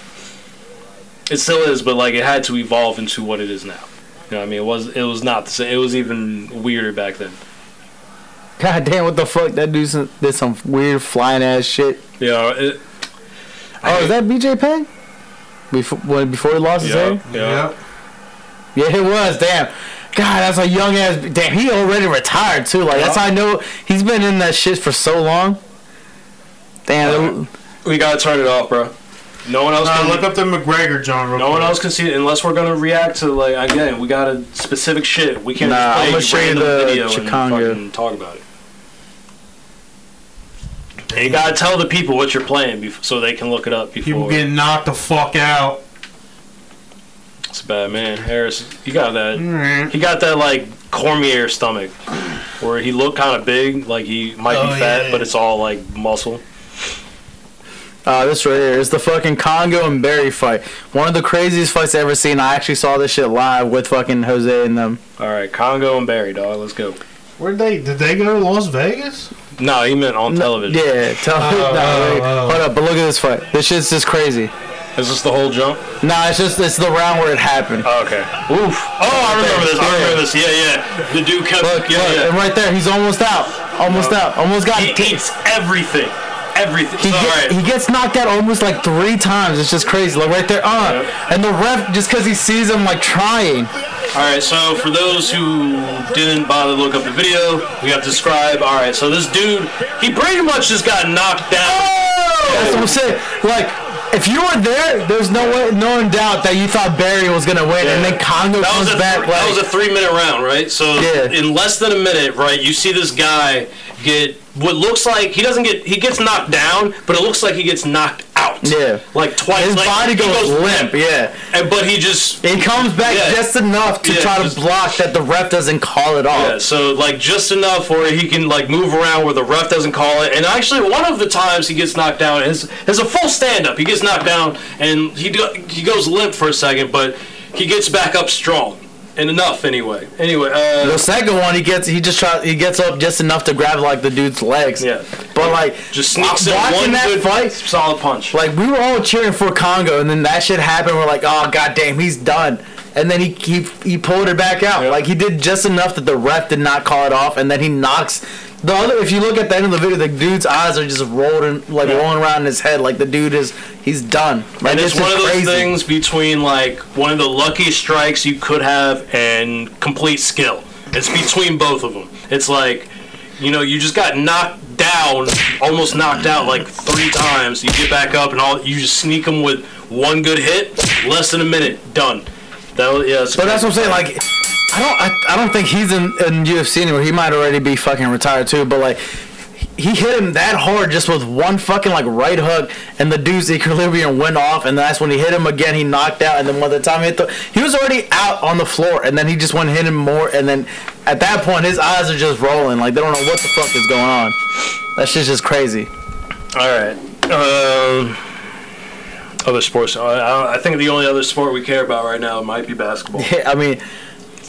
It still is, but like it had to evolve into what it is now. You know, what I mean, it was it was not the same. It was even weirder back then. God damn, what the fuck? That dude some, did some weird flying ass shit. Yeah, it, Oh, is that BJ Penn? Before when, before he lost his hair? yeah, yeah. Yeah, it was. Damn. God, that's a young ass. Damn, he already retired too. Like that's how I know he's been in that shit for so long. Damn. We gotta turn it off, bro. No one else Uh, can look up the McGregor John real No one quick. else can see it unless we're gonna react to like again. We got a specific shit. We can't Nah, I'ma just show play you random the video Chikanga. and fucking talk about it. And you gotta tell the people what you're playing bef- so they can look it up People before. getting knocked the fuck out. It's bad, man. Harris, you got that. Mm. He got that like Cormier stomach, where he looked kind of big, like he might Oh, be fat, yeah. but it's all like muscle. Uh, this right here is the fucking Congo and Barry fight. One of the craziest fights I ever seen. I actually saw this shit live with fucking Jose and them. All right, Congo and Barry, dog. Let's go. Where'd they? Did they go to Las Vegas? No, he meant on television. Yeah, tell no, wait. Hold up, but look at this fight. This shit's just crazy. Is this the whole jump? Nah, it's just it's the round where it happened. Oh, okay. Oof. Oh, I remember this. I remember this. Yeah, yeah. The dude kept. Look, yeah, look, yeah. and right there, he's almost out. Almost out. Almost got He eats everything. Everything. He, All get- right. he gets knocked out almost like three times. It's just crazy. Like right there, on. And the ref, just because he sees him like trying. All right. So for those who didn't bother to look up the video, we have to describe. All right. So this dude, he pretty much just got knocked down. Oh! That's what I'm saying. Like, if you were there, there's no way, no doubt that you thought Barry was gonna win, and Yeah. then Congo That was comes a back. that was like, a three minute round, right? So Yeah. in less than a minute, right? You see this guy get what looks like he doesn't get he gets knocked down, but it looks like he gets knocked out. Yeah. Like twice. his like, body he goes, limp. Yeah, And but he just it comes back Yeah. just enough to Yeah, try just- to block that the ref doesn't call it off. Yeah, so like just enough where he can like move around where the ref doesn't call it. And actually, one of the times he gets knocked down is is a full stand up. He gets knocked down and he do, he goes limp for a second, but he gets back up strong and enough anyway. Anyway, uh, The second one, he gets he just try he gets up just enough to grab like the dude's legs. Yeah. but like just sneaks in uh, watching one that good fight- solid punch. Like we were all cheering for Congo, and then that shit happened. We're like, oh god damn, he's done. And then he he, he pulled it back out. Like he did just enough that the ref did not call it off, and then he knocks the other. If you look at the end of the video, the dude's eyes are just rolling like rolling around in his head. Like the dude is he's done. Like and this it's is one of those crazy. things between like one of the lucky strikes you could have and complete skill. It's between both of them. It's like, you know, you just got knocked down, almost knocked out like three times. You get back up and all you just sneak them with one good hit, less than a minute, done. That was, yeah. But that's what I'm saying. Like, I don't, I, I don't think he's in, in UFC anymore. He might already be fucking retired too. But like, he hit him that hard just with one fucking like right hook, and the dude's equilibrium went off, and that's when he hit him again. He knocked out, and then by the time he hit the, he was already out on the floor, and then he just went and hit him more, and then at that point his eyes are just rolling, like they don't know what the fuck is going on. That shit's just crazy. All right. Um, other sports. I- I, I think the only other sport we care about right now might be basketball. I mean.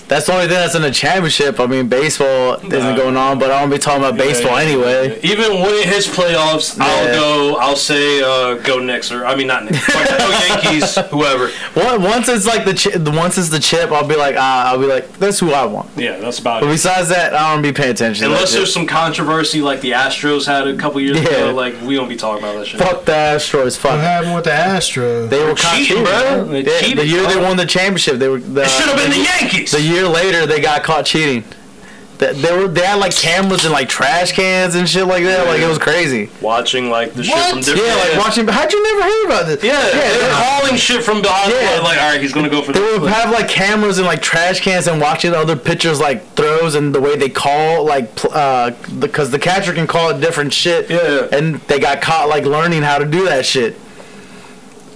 That's the only thing that's in the championship. I mean, baseball isn't Nah. going on, but I don't be talking about baseball yeah, anyway. Even when it hits playoffs, I'll Yeah. go. I'll say uh, go Knicks or I mean not Knicks, fuck, go Yankees, whoever. Once once it's like the chi- once it's the chip, I'll be like, ah, I'll be like, that's who I want. Yeah, that's about But it. besides that, I don't be paying attention. to that Unless shit. there's some controversy like the Astros had a couple years Yeah. ago, like we don't be talking about that shit. fuck the Astros, What fuck. happened with the Astros? They were cheating, caught bro. They Yeah, the cheated, year they bro. won the championship, they were. The, It should have been the Yankees. The year later, they got caught cheating. They, they were they had like cameras and like trash cans and shit like that. Like it was crazy. Watching like the shit from different. Yeah, like watching. How'd you never hear about this? Yeah, yeah. they're they- hauling shit from behind. Yeah. Like, all right, he's gonna go for They the. would have like cameras and like trash cans and watching other pitchers like throws and the way they call like pl- uh because the catcher can call it different shit. Yeah. And they got caught like learning how to do that shit.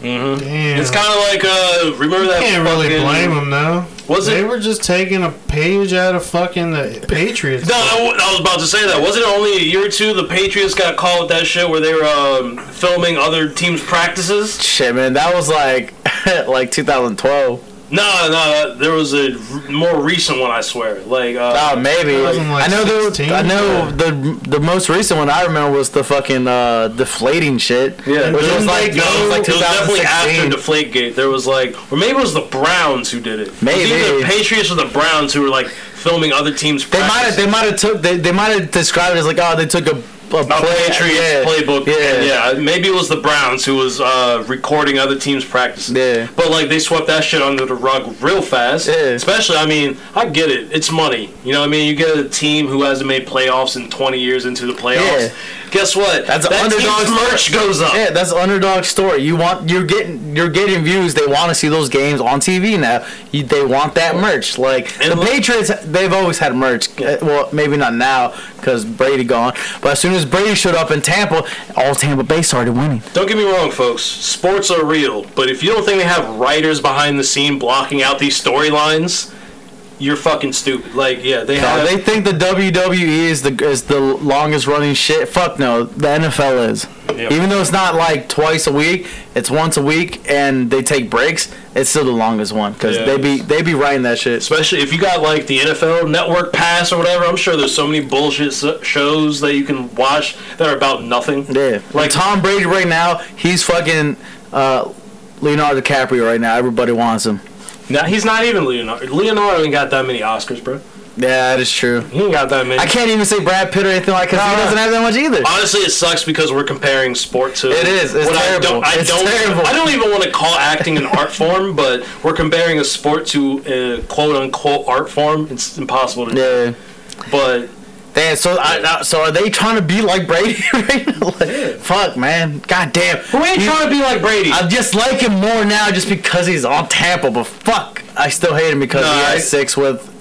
Damn. It's kind of like uh, remember that? can't really fucking- blame them though. Was they it- were just taking a page out of fucking the Patriots? No, I wa- I was about to say that. Wasn't it only a year or two the Patriots got caught with that shit where they were um, filming other teams' practices? Shit, man, that was like like 2012. No, no, that- there was a r- more recent one. I swear, like uh, Oh, maybe. wasn't, like, I know there. was- 16, I know the the most recent one I remember was the fucking uh deflating shit. Yeah. Which Didn't was like, no, that was like it was definitely after 2016. Deflategate. There was like, or maybe it was the Browns who did it. It was Maybe. either the Patriots or the Browns who were like, filming other teams' They might have. practice. They might have took. They, they might have described it as like, oh, they took a, a About play. Patriots yeah, playbook. and Yeah, yeah. Maybe it was the Browns who was uh, recording other teams' practices. Yeah. But like they swept that shit under the rug real fast. Yeah. Especially, I mean, I get it. It's money. You know, what I mean, you get a team who hasn't made playoffs in 20 years into the playoffs. Yeah. Guess what? That's that underdog team's merch goes up. Yeah, that's the underdog story. You want you're getting you're getting views. They want to see those games on TV now. You, they want that merch. Like And the look- Patriots, they've always had merch. Uh, Well, maybe not now because Brady gone. But as soon as Brady showed up in Tampa, all Tampa Bay started winning. Don't get me wrong, folks. Sports are real, but if you don't think they have writers behind the scene blocking out these storylines, you're fucking stupid. Like, yeah, they No, have. they think the WWE is the is the longest running shit. Fuck no, the NFL is. Yep. Even though it's not like twice a week, it's once a week, and they take breaks. It's still the longest one because Yeah. they be they be writing that shit. especially if you got like the NFL Network Pass or whatever. I'm sure there's so many bullshit s- shows that you can watch that are about nothing. Yeah, like Like- Tom Brady right now, he's fucking uh, Leonardo DiCaprio right now. Everybody wants him. Now he's not even Leonardo. Leonardo ain't got that many Oscars, bro. Yeah, that is true. He ain't got that many. I can't even say Brad Pitt or anything like because he Nah. Uh, doesn't have that much either. Honestly, it sucks because we're comparing sport to. It is. It's what terrible. I don't, I It's don't, terrible. I don't even want to call acting an art form, but we're comparing a sport to a quote unquote art form. It's impossible to do. Yeah. But Damn, so I, I- so are they trying to be like Brady right now? Like, Fuck, man. God damn. we ain't You- trying to be like Brady. I just like him more now just because he's on Tampa, but fuck, I still hate him because No, he had I- six with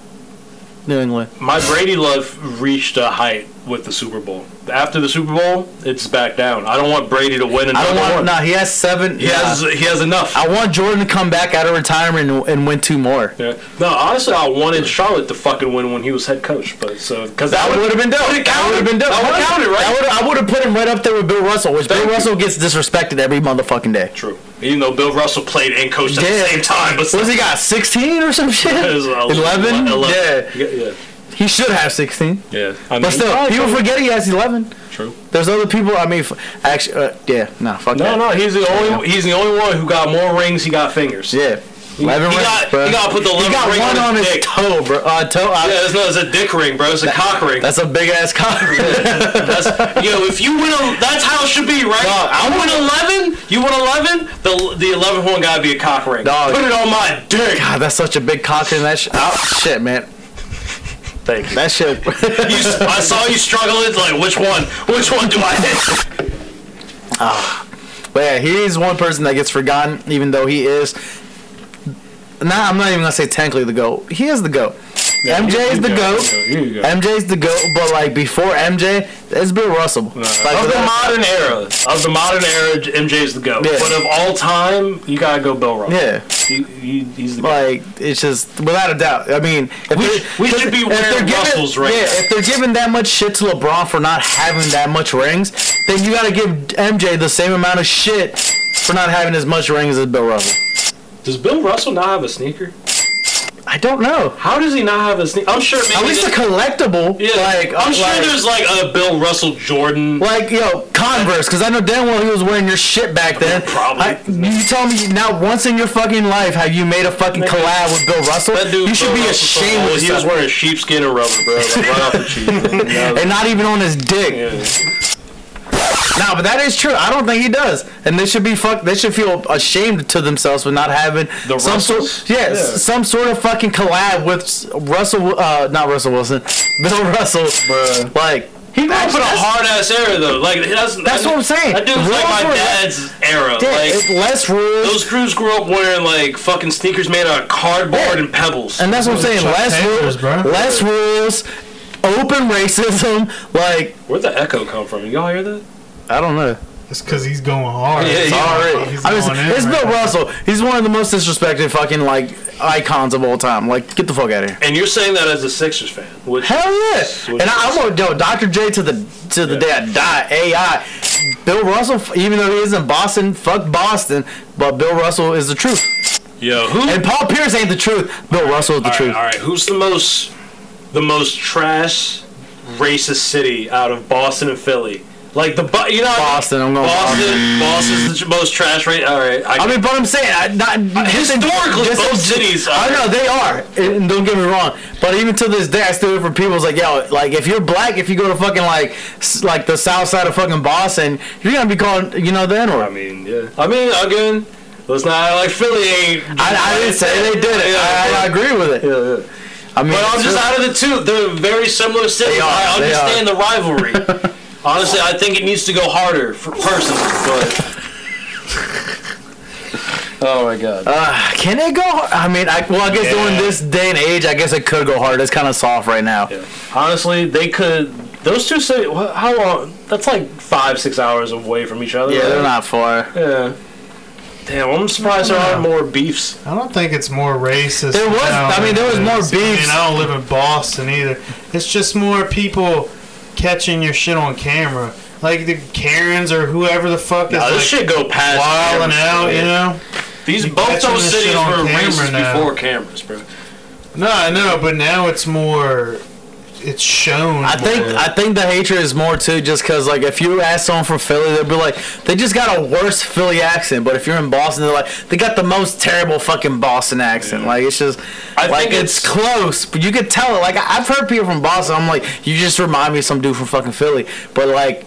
New England. My Brady love reached a height with the Super Bowl. After the Super Bowl, it's back down. I don't want Brady to win I another don't one. want, nah, he has seven. He nah. has he has enough. I want Jordan to come back out of retirement and, and win two more. Yeah. No, honestly, I wanted Charlotte to fucking win when he was head coach, but so because that, That would have been dope. That would have been dope. That would've counted, right? That would've- I would have put him right up there with Bill Russell, which Thank Bill you. Russell gets disrespected every motherfucking day. true. Even though Bill Russell played and coached at Yeah. the same time, but What has he got? 16 or some shit? It was 11? Yeah. yeah, yeah, He should have 16. yeah. I mean, But still, people forget he has 11. true. There's other people. I mean, f- actually, uh, yeah, no, fuck No, that. no, he's the only he's the only one who got more rings. He got fingers. Yeah, eleven he rings, got- bro. he gotta put the He eleven got ring one on on his his dick. toe, bro. Uh, toe. I- Yeah, it's not it's a dick ring, bro. It's a cock ring. That's a big ass cock. That's yo. If you win, a, that's how it should be, right? Dog, I win eleven. You win eleven. The the eleventh one gotta be a cock ring. Dog. Put it on my dick. God, that's such a big cock in that sh- oh, shit, man. Thank That shit. You, s- I saw you struggling. Like which one? Which one do I hit? But yeah, he's one person that gets forgotten, even though he is. Nah, I'm not even gonna say technically the goat. He is the goat. MJ is the goat. MJ is the goat, but like before MJ, it's Bill Russell. Like, Of the without- modern era, uh, of the modern era, MJ's the goat. Yeah. But of all time, you gotta go Bill Russell. yeah. He, he, he's the goat. Like it's just without a doubt. I mean, if We- they're- we should be if wearing they're giving- Russells right yeah, now. If they're giving that much shit to LeBron for not having that much rings, then you gotta give MJ the same amount of shit for not having as much rings as Bill Russell. Does Bill Russell not have a sneaker? I don't know. How does he not have a sneaker? I'm sure. Maybe At least a there's- collectible. yeah, like uh, I'm sure like, there's like a Bill Russell Jordan. Like yo, Converse, because I know damn well he was wearing your shit back then. Probably. I, you tell me not once in your fucking life have you made a fucking collab with Bill Russell. That dude, you should Bill be Russell, oh, ashamed of He was yourself. wearing sheepskin and rubber, bro. Like, right off the cheap. man. That was- and not even on his dick. yeah. No, but that is true. I don't think he does, and they should be fuck. They should feel ashamed to themselves for not having The some Russells? sort, yeah, s- some sort of fucking collab with s- Russell, uh, not Russell Wilson, Bill Russell. Bruh. Like he grew That's up in what a a hard. hard ass era though. Like that's that- That's what I'm saying. That dude was Rules like my were like- dad's era. Yeah, like it's less rules, those crews grew up wearing like fucking sneakers made out of cardboard and pebbles. and that's what I'm saying. Chuck Less Taylors, rules, bro. less rules, open racism. Like Where'd the echo come from? Y'all hear that? I don't know. It's because he's going hard. Yeah, yeah. Sorry, He's I mean, going in it's right Bill now. Russell. He's one of the most disrespected fucking like icons of all time. Like get the fuck out of here. And you're saying that as a Sixers fan, which Hell yeah! And I, I'm gonna yo, Dr. J to the to the day I die. AI, Bill Russell, f- even though he is in Boston, fuck Boston, but Bill Russell is the truth. yo who? And Paul Pierce ain't the truth. Bill Russell is the all, right, truth. all right, who's the most the most trash racist city out of Boston and Philly? Like the bu- you know Boston, I'm going Boston. Boston's the most trash rate. All right, I, Um, I mean, but I'm saying, I, not just in- historically, just in- both cities I know they are, and and don't get me wrong. But even to this day, I still hear from people it's like, "Yo, like if you're black, if you go to fucking like, s- like the south side of fucking Boston, you're gonna be called, you know, the N I word." mean, yeah. I mean, again, let's not act like Philly ain't. I, I didn't say they did it. Yeah, I, I agree with it. yeah, yeah. I mean, But I'm it's just really- out of the two. They're very similar cities. They are, I they understand the rivalry. Honestly, I think it needs to go harder for personally, but. Oh my god. Uh, can it go? hard? I mean, I, well, I guess doing this day and age, I guess it could go hard. It's kind of soft right now. Honestly, they could. Those two cities. How long? That's like five, six hours away from each other. Yeah, they're right? not far. Yeah. Damn, I'm surprised there aren't more beefs. I don't think it's more racist. There was, I mean, there was more nowadays. I mean, beefs. I don't live in Boston either. It's just more people catching your shit on camera, like the Karens or whoever the fuck Nah, this is like should go past. wilding cameras, out. man. You know? These both catching those this cities shit on were camera racist now. before cameras, bro. No, I know, but now it's more. It's shown. I think I think the hatred is more too, just because like if you ask someone from Philly, they'll be like, they just got a worse Philly accent. But if you're in Boston, they're like, they got the most terrible fucking Boston accent. Like it's just, I like think it's, it's- close, but you could tell it. Like I, I've heard people from Boston, I'm like, you just remind me of some dude from fucking Philly, but like,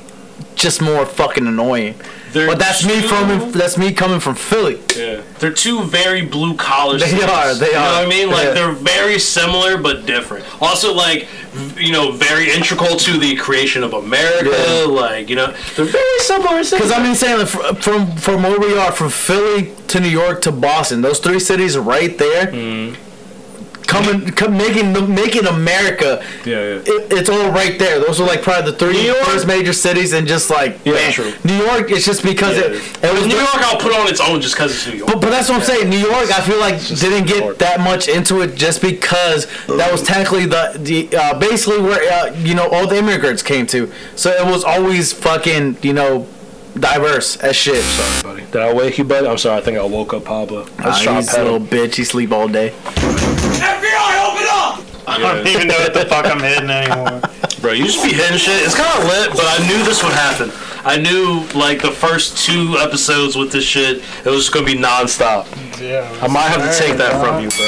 just more fucking annoying. They're but that's me too- from that's me coming from Philly. Yeah. They're two very blue collar. They cities. are, they you are. know what I mean? Like Yeah. they're very similar but different. Also, like v- you know, very integral to the creation of America. Yeah. Like you know, they're very similar. Because I'm saying like, fr- from from where we are, from Philly to New York to Boston, those three cities right there, Mm. coming, come, making the- making America. Yeah, yeah. It, it's all right there. Those are like probably the three first major cities, and just like Yeah, man, true. New York, it's just because it, it was New York, I'll put on its own just because it's New York. but, but that's what I'm saying. New York, I feel like didn't get that much into it just because that was technically the, the uh, basically where uh, you know all the immigrants came to. So it was always fucking you know diverse as shit. So buddy. Did I wake you, buddy? I'm sorry. I think I woke up Pablo. I was nah, trying he's to a pet little him. bitch. He sleep all day. I don't even know what the fuck I'm hitting anymore. Bro, you just be hitting shit. It's kind of lit, but I knew this would happen. I knew like the first two episodes with this shit, it was just gonna be nonstop. yeah. I might have to take that from you, bro.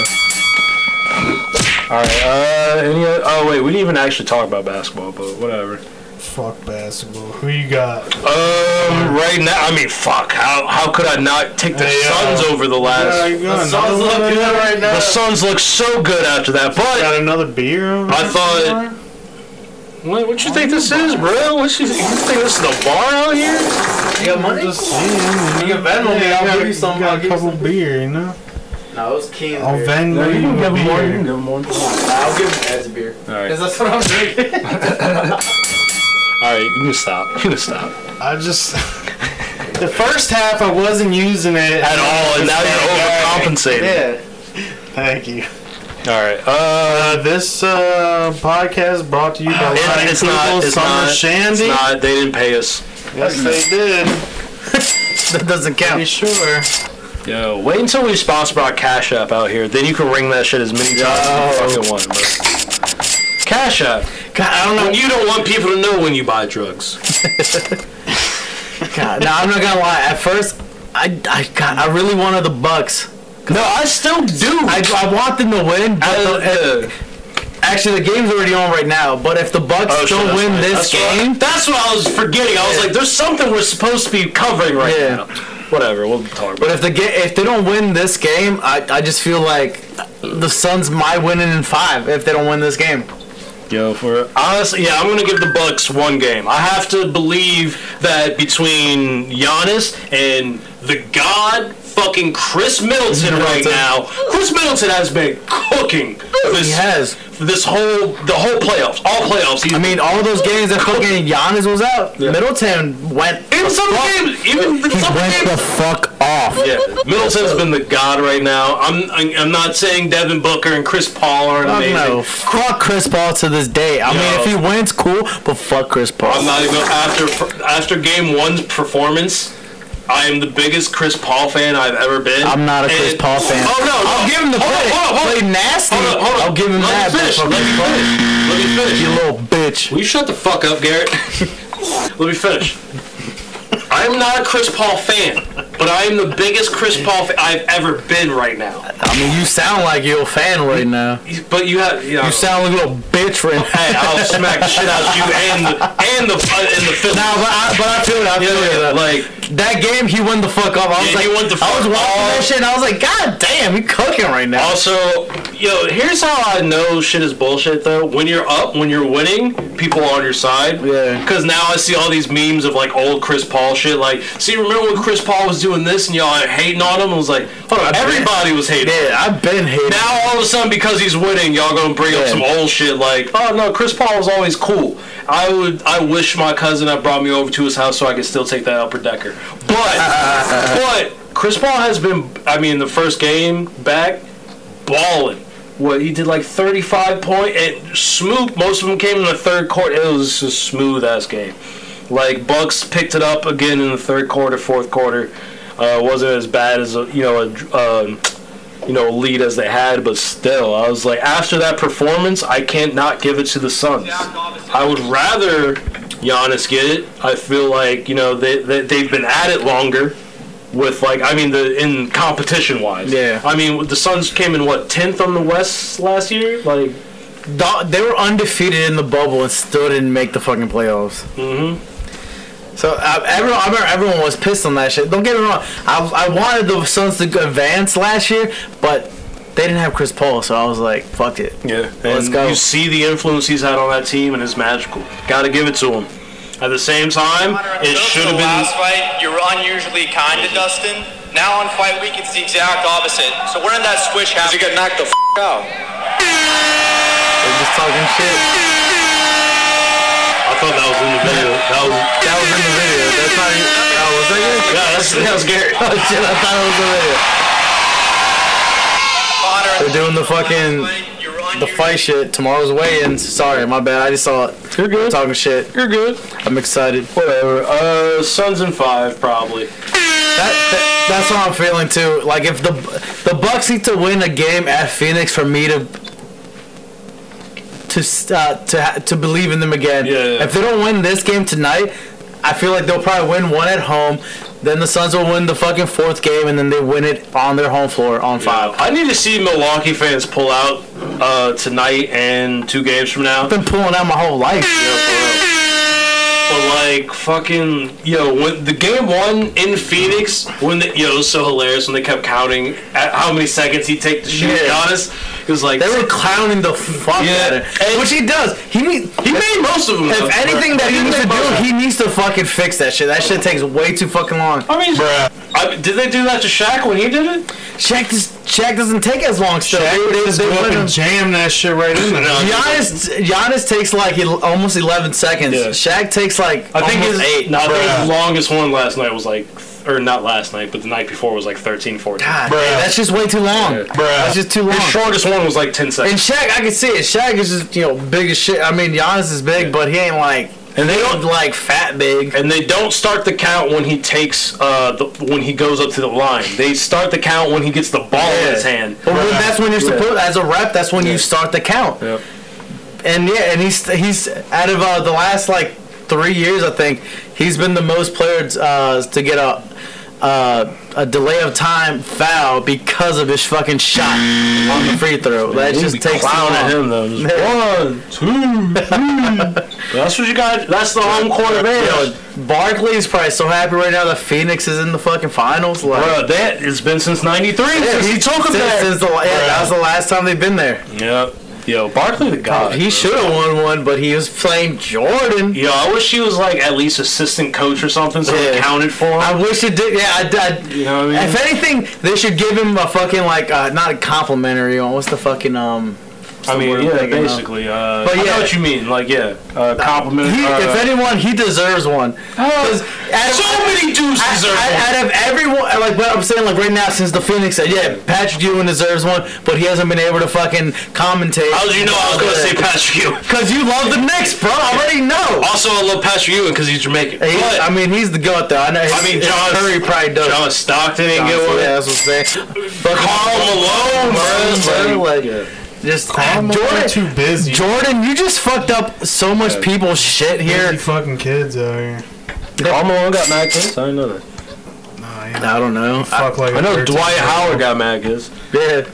All right. Uh, any? Other, oh wait, we didn't even actually talk about basketball, but whatever. Fuck basketball. Who you got? Um, right now, I mean, fuck. How how could I not take the Hey, uh, Suns over the last? got Suns look good right The Suns look so good after that, but Got another beer? over I thought- somewhere? what, what you think this is, bro? What you, you think this is the bar out here? You got money? Just saying, you know. can Venmo me, Yeah, I'll got- give you some, I'll Got give a you couple beer, you know. No, it's King. I'll Venmo You you can a give him one. You can beer. give him one. I'll give him Ed's beer. right. 'Cause that's what I'm drinking. All right, you can stop. You can stop. I just the first half I wasn't using it At all, and now you're overcompensating. yeah. Thank you. All right. Uh, Uh, this uh, podcast brought to you by Lion it, it's Kugel not. It's Summer not. Shandy. It's not. They didn't pay us. Yes, they did. That doesn't Pretty count. sure. Yo, wait until we sponsor by Cash App out here. Then you can ring that shit as many times as you fucking want, bro. Cash App. God, I don't know. When you don't want people to know when you buy drugs. God, no, I'm not gonna lie. At first, I, I, God, I really wanted the Bucks. No, I still do. I, I want them to win. But the- actually, the game's already on right now. But if the Bucks Oh, shit, don't that's win right. this That's what I- game, that's what I was forgetting. I was like, there's something we're supposed to be covering right Yeah. now. Whatever, we'll talk about but it. if the ga- if they don't win this game, I, I just feel like the Suns might win it in five if they don't win this game. Yo, for Honestly, yeah, I'm gonna give the Bucks one game. I have to believe that between Giannis and the God fucking Chris Middleton right Middleton. now, Chris Middleton has been cooking He this has. this whole the whole playoffs, all playoffs. He's I mean, all those games that fucking Giannis was out, Yeah. Middleton went. in the some fuck- games, even in he some went games, the fuck off. Yeah, Middleton's been the god right now. I'm I'm I'm not saying Devin Booker and Chris Paul aren't Fuck amazing. no. Fuck Chris Paul to this day. I mean, Yo. if he wins, cool, but fuck Chris Paul. I'm not even after after game one's performance. I am the biggest Chris Paul fan I've ever been. I'm not a Chris And- Paul fan. Oh no, no. I'll give him the hold credit. On, hold on, hold on. Played nasty. Hold on, hold on. I'll give him Let that. Me finish. but Let me fucking finish. Let me finish. You little bitch. Will you shut the fuck up, Garrett? let me finish. I am not a Chris Paul fan, but I am the biggest Chris Paul fan I've ever been right now. I mean, you sound like you're a fan right now. But you have, you know, You sound like a little bitch right now. hey, I'll smack the shit out of you and the and the and the Phillies. Nah, but I, but I feel it. I feel it. Yeah, like That game, he went the fuck up. I was Yeah, like, he went the I was fuck watching up. that shit. and I was like, God damn, he cooking right now. Also, yo, here's how I know shit is bullshit though. When you're up, when you're winning, people are on your side. Yeah. Because now I see all these memes of like old Chris Paul shit. Like, see, remember when Chris Paul was doing this and y'all are hating on him? It was like, hold on, everybody was hating. Yeah, I've been hating. Now all of a sudden, because he's winning, y'all gonna bring up Yeah. some old shit like, oh no, Chris Paul was always cool. I would, I wish my cousin had brought me over to his house so I could still take that upper decker. But, but Chris Paul has been, I mean, the first game back, balling. What he did like 35 point and smooth. Most of them came in the third quarter. It was a smooth ass game. Like Bucks picked it up again in the third quarter, fourth quarter. Uh, wasn't as bad as a, you know a. Um, you know, lead as they had, but still, I was like, after that performance, I can't not give it to the Suns. I would rather Giannis get it. I feel like you know they, they they've been at it longer, with like I mean the in competition wise. Yeah. I mean the Suns came in what tenth on the West last year. Like Do- They were undefeated in the bubble and still didn't make the fucking playoffs. Mm-hmm. So I, everyone, I remember everyone was pissed on that shit. Don't get me wrong. I, I wanted the Suns to advance last year, but they didn't have Chris Paul, so I was like, fuck it. Yeah, and Let's go. You see the influence he's had on that team, and it's magical. Got to give it to him. At the same time, it should have last been. fight. You were unusually kind Mm-hmm. to Dustin. Now on fight week, it's the exact opposite. So we're in that swish house. You got knocked the f- out. They're just talking shit. I thought that was in the video. That was That was in the video. That's not. even- Oh, was that it? yeah, that's, that was Garrett. Oh shit! I thought it was the video. Connor, They're doing the fucking you were the unusually- fight shit. Tomorrow's weigh-ins. Sorry, my bad. I just saw it. You're good. Talking shit. You're good. I'm excited. Whatever. Uh, Suns and five probably. That, that, that's what I'm feeling too. Like if the the Bucks need to win a game at Phoenix for me to to uh, to ha- to believe in them again. Yeah, yeah. If they don't win this game tonight, I feel like they'll probably win one at home. Then the Suns will win the fucking fourth game, and then they win it on their home floor on five. I need to see Milwaukee fans pull out uh, tonight and two games from now. I've been pulling out my whole life. But like fucking yo, when the game one in Phoenix, when the yo, it was so hilarious when they kept counting at how many seconds he would take to shoot Yeah. Giannis. It was like They were clowning the fuck Yeah, out of and- it, which he does. He need, he made most of them. if anything that he needs to most of do, them. he needs to fucking fix that shit. That shit takes way too fucking long. I mean, I, did they do that to Shaq when he did it? Shaq this Shaq doesn't take as long still. Shaq They- would they- just they go up went and on- jam that shit right in there. Giannis Giannis takes like el- almost 11 seconds. Yeah. Shaq takes like I think his almost eight. no, I think his Bruh. longest one last night was like, or not last night, but the night before was like 13, 14. God, Bruh. that's just way too long. That's just too long. His shortest one was like 10 and seconds. Shaq, I can see it. Shaq is just you know big as shit. I mean, Giannis is big, but he ain't like and they don't like fat big. And they don't start the count when he takes, uh, the, when he goes up to the line. They start the count when he gets the ball in his hand. But when- that's when you're supposed, as a rep, that's when you start the count. Yep. And yeah, and he's he's out of uh, the last like three years, I think he's been the most players uh, to get a uh, a delay of time foul because of his fucking shot on the free throw. That We'd just be takes too clowning at long. him though. Just, one, two, three. That's what you got. That's the home court Yo, advantage. Barkley's probably so happy right now that Phoenix is in the fucking finals. Like, Bro, that has been since '93 since he took him since, there. since the, yeah, that was the last time they've been there. Yep. Yo, Barkley the god. Uh, he should Uh, have won one, but he was playing Jordan. Yo, I wish he was like at least assistant coach or something, so they Yeah. counted for him. I wish it did. Yeah, I, I, You know what I mean? If anything, they should give him a fucking like uh, not a complimentary one. What's the fucking um? I mean, word I'm yeah, thinking of. basically. Uh, But I know yeah. what you mean. Like, yeah, uh, compliment. He, uh, Oh, if anyone, he deserves one. 'Cause out of- so many dudes out- deserve out- one. Out of everyone, like what I'm saying, like right now, since the Phoenix, said, yeah, Patrick Ewing deserves one, but he hasn't been able to fucking commentate. How did you know I was going to say Patrick Ewing? Cause you love the Knicks, bro. I already know. Also, I love Patrick Ewing because he's Jamaican. He- but, I mean, he's the goat, though. I know. I mean, his John Curry probably does. John Stockton ain't get yeah, one. that's what I'm saying. Fucking Carl Malone, Malone, bro. bro, like- Just Calm Jordan, are too busy. Jordan, you just fucked up so much people's shit Busy here. fucking kids out here. Karl Malone got mad kids? I didn't know that. I don't know. Fuck like I a know bird. Dwight Howard got mad kids. Yeah.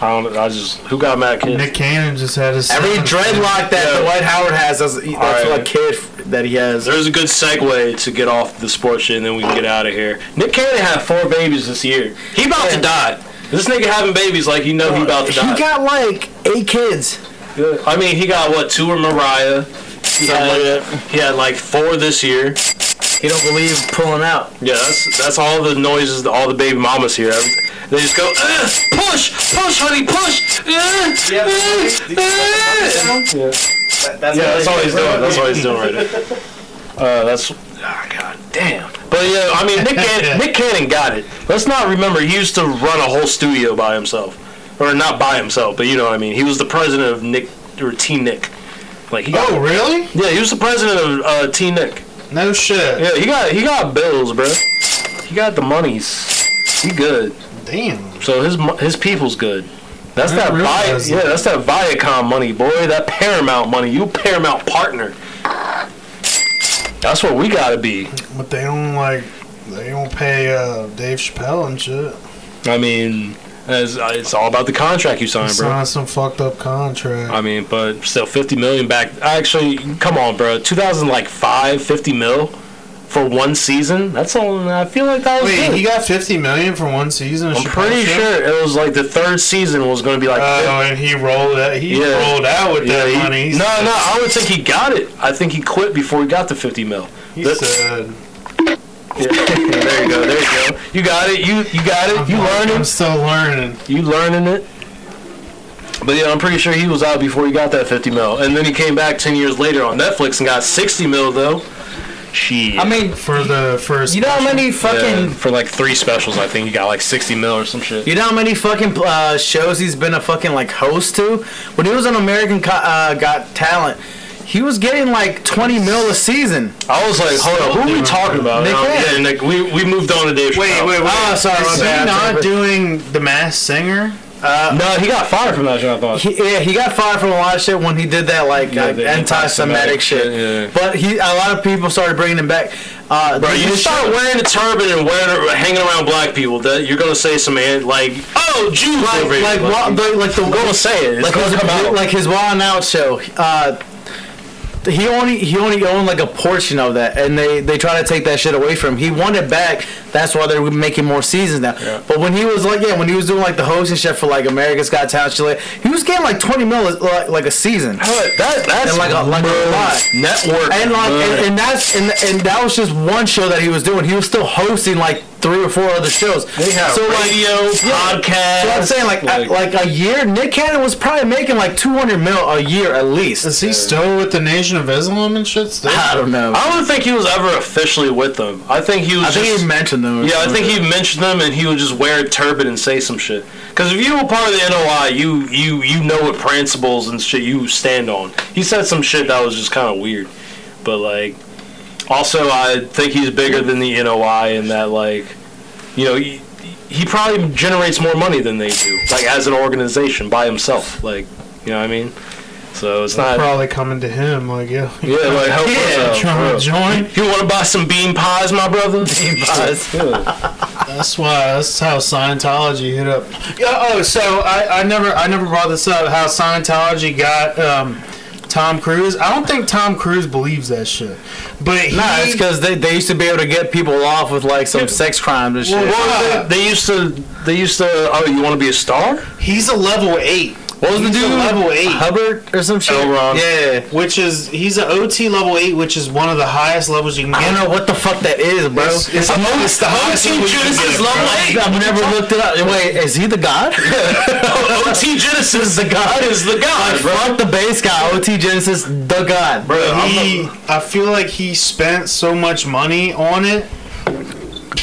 I don't. I just who got mad kids? Nick Cannon just had his Every son. dreadlock that Dwight Howard has, that's, that's right. a kid that he has. There's a good segue to get off the sports shit, and then we can get out of here. Nick Cannon had four babies this year. He about to die. This nigga having babies like you know he about to He die. got like eight kids. I mean, he got what two or Mariah. He had, he had like four this year. He don't believe pulling out. Yeah, that's that's all the noises that all the baby mamas hear. Every- They just go "Ugh, push, push, honey, push. Uh, Ugh, ugh, ugh." That's Yeah, what that's they all do, he's bro. doing. That's all he's doing right now. Uh, that's ah, god damn. But yeah, I mean Nick Cannon, Nick Cannon got it. Let's not remember he used to run a whole studio by himself, or not by himself, but you know what I mean. He was the president of Nick or T Nick. Like he got, Oh really? yeah, he was the president of uh, T Nick. No shit. Yeah, he got he got bills, bro. He got the monies. He good. Damn. So his mo- his people's good. That's I that didn't Vi- realize yeah, that. that's that Viacom money, boy. That Paramount money. You Paramount partner. That's what we gotta be. But they don't like. They don't pay uh, Dave Chappelle and shit. I mean, as, uh, it's all about the contract you sign, bro. Sign some fucked up contract. I mean, but still, 50 million back. Actually, come on, bro. 2005, 50 mil for one season. That's all. I feel like that was Wait, good. he got fifty million for one season. of I'm Chappelle pretty Show? sure it was like the third season was gonna be like. eh, Oh, and he rolled out. He Yeah. rolled out with that he- money. He No, no, said- I would think he got it. I think he quit before he got the 50 mil. He That- said, yeah, there you go, there you go. You got it, you you got it, you "I'm learning, still learning." you learning it. But yeah, I'm pretty sure he was out before he got that 50 mil. And then he came back 10 years later on Netflix and got 60 mil, though. Shit. I mean, For the first, you know how many fucking Yeah, for like three specials, I think he got like 60 mil or some shit. You know how many fucking uh, shows he's been a fucking like host to? When he was on American Co- uh, Got Talent, he was getting like 20 mil a season. I was like, hold up, who are we talking about? Nick Um, Cannon. yeah, Nick, we, we moved on to Dave Chappelle. Oh, sorry, my Is he bad. not doing the mass singer? No, he got fired from that show, I thought. He, yeah, he got fired from a lot of shit when he did that like uh, the anti-Semitic anti-Semitic shit. shit, yeah. But he, a lot of people started bringing him back. Uh, Bro, you this start show- wearing a turban and wearing hanging around black people, that you're gonna say some an- like, oh, Jews like, over here." like, wa- the- like the I'm gonna say it. It's like gonna his, come out. like his Wild and Out show. Uh, he only he only owned like a portion of that, and they they try to take that shit away from him. He won it back. That's why they're making more seasons now. But when he was like yeah, when he was doing like the hosting shit for like America's Got Talent, shit like, he was getting like twenty mil like, like a season. But that, that's And like a- like a bro, lot. network. And like, bro. and, and that's and, and that was just one show that he was doing. He was still hosting like three or four other shows. they have so like, radio, podcast. so I'm saying like I- like, a year. Nick Cannon was probably making like 200 mil a year at least. Is he still with the Nation of Islam and shit? Still? I don't know. I don't think he was ever officially with them. I think he was I just. think he mentioned them. yeah, I think he mentioned them, and he would just wear a turban and say some shit. Because if you were part of the NOI, you you you know what principles and shit you stand on. He said some shit that was just kind of weird, but like, also I think he's bigger than the NOI in that like, you know, he, he probably generates more money than they do, like as an organization by himself. Like, you know what I mean? So it's not. Probably coming to him. Like, yeah, Yeah, like help us out, trying bro. to join. You want to buy some bean pies, my brother? Bean pies. That's why. That's how Scientology hit up. Yeah, oh, so I, I never I never brought this up. How Scientology got um, Tom Cruise. I don't think Tom Cruise believes that shit, but he. Nah, it's because they, they used to be able to get people off with like some sex crimes and shit. Well, they, they used to. They used to. Oh, you want to be a star? He's a level eight. What was the he's dude? A level eight. Hubbard or some shit. Elron. Yeah. Which is he's an OT level eight, which is one of the highest levels you can I get. don't know what the fuck that is, bro. It's- it's- it's the highest level you can get, bro. I've never looked it up. Wait, is he the god? OT Genesis, the god is the god, Fuck the base guy, OT Genesis, the god. bro. He, I feel like he spent so much money on it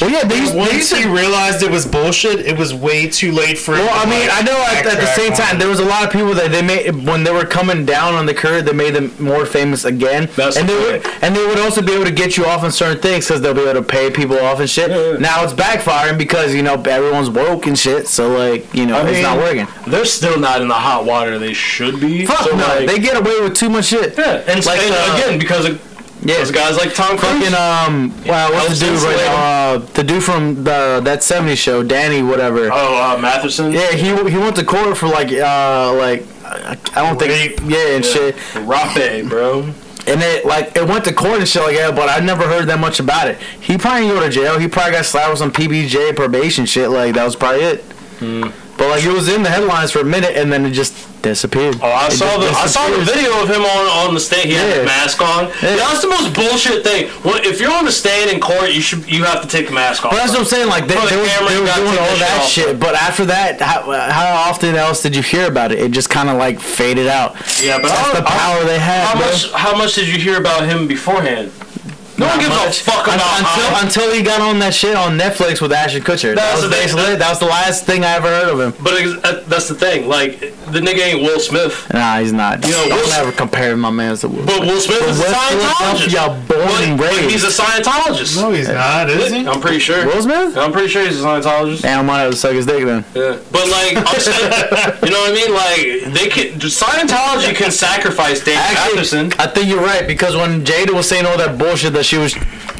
Well, yeah, they used, they used Once to he realized it was bullshit, it was way too late for. him Well, to, I mean, like, I know at, at the backtrack same on time it. there was a lot of people that they made when they were coming down on the curve. They made them more famous again, That's and they the would point. and they would also be able to get you off on certain things because they'll be able to pay people off and shit. Yeah, yeah. Now it's backfiring because you know everyone's woke and shit, so like you know I it's mean, not working. They're still not in the hot water they should be. Fuck so, no, like- they get away with too much shit. yeah, and, like, and uh, again because of Yeah, those guys like Tom Cruise. Fucking um, wow, what's Elvis the dude right Presley. now? Uh, the dude from the that '70s show, Danny, whatever. oh, uh, Matheson. Yeah, he he went to court for like uh like I I don't think yeah and shit. Rape, bro. And it like it went to court and shit like that, but I never heard that much about it. He probably didn't go to jail. He probably got slapped with some PBJ probation shit. Like that was probably it. Hmm. But like it was in the headlines for a minute, and then it just disappeared. Oh, I It saw just the I saw the disappeared. video of him on, on the stand. He had Yeah. the mask on. Yeah. Yeah. that's the most bullshit thing. When, if you're on the stand in court, you should you have to take the mask off. But that's what I'm saying. Like they, Bro, the they, were, camera they were got doing taken all that off. shit, but after that, how, how often else did you hear about it? It just kind of like faded out. Yeah, but that's I the don't- I- power they had. How bro. much how much did you hear about him beforehand? No one gives a fuck Un- about until, him. until he got on that shit on Netflix with Ashton Kutcher. That That's was the thing. basically it. That was the last thing I ever heard of him. But ex- uh, that's the thing. Like the nigga ain't Will Smith. Nah, he's not. You know, Don't Will- ever compare my man to Will. But Will Smith is a West Scientologist. Philadelphia born But- and but he's raised. a Scientologist. No, he's not, is he? I'm pretty sure. Will Smith? I'm pretty sure he's a Scientologist. Damn, I might have to suck his dick then. Yeah. But like, I'm saying, you know what I mean? Like, they can Scientology can sacrifice Dave Matheson. I think you're right because when Jada was saying all that bullshit that she was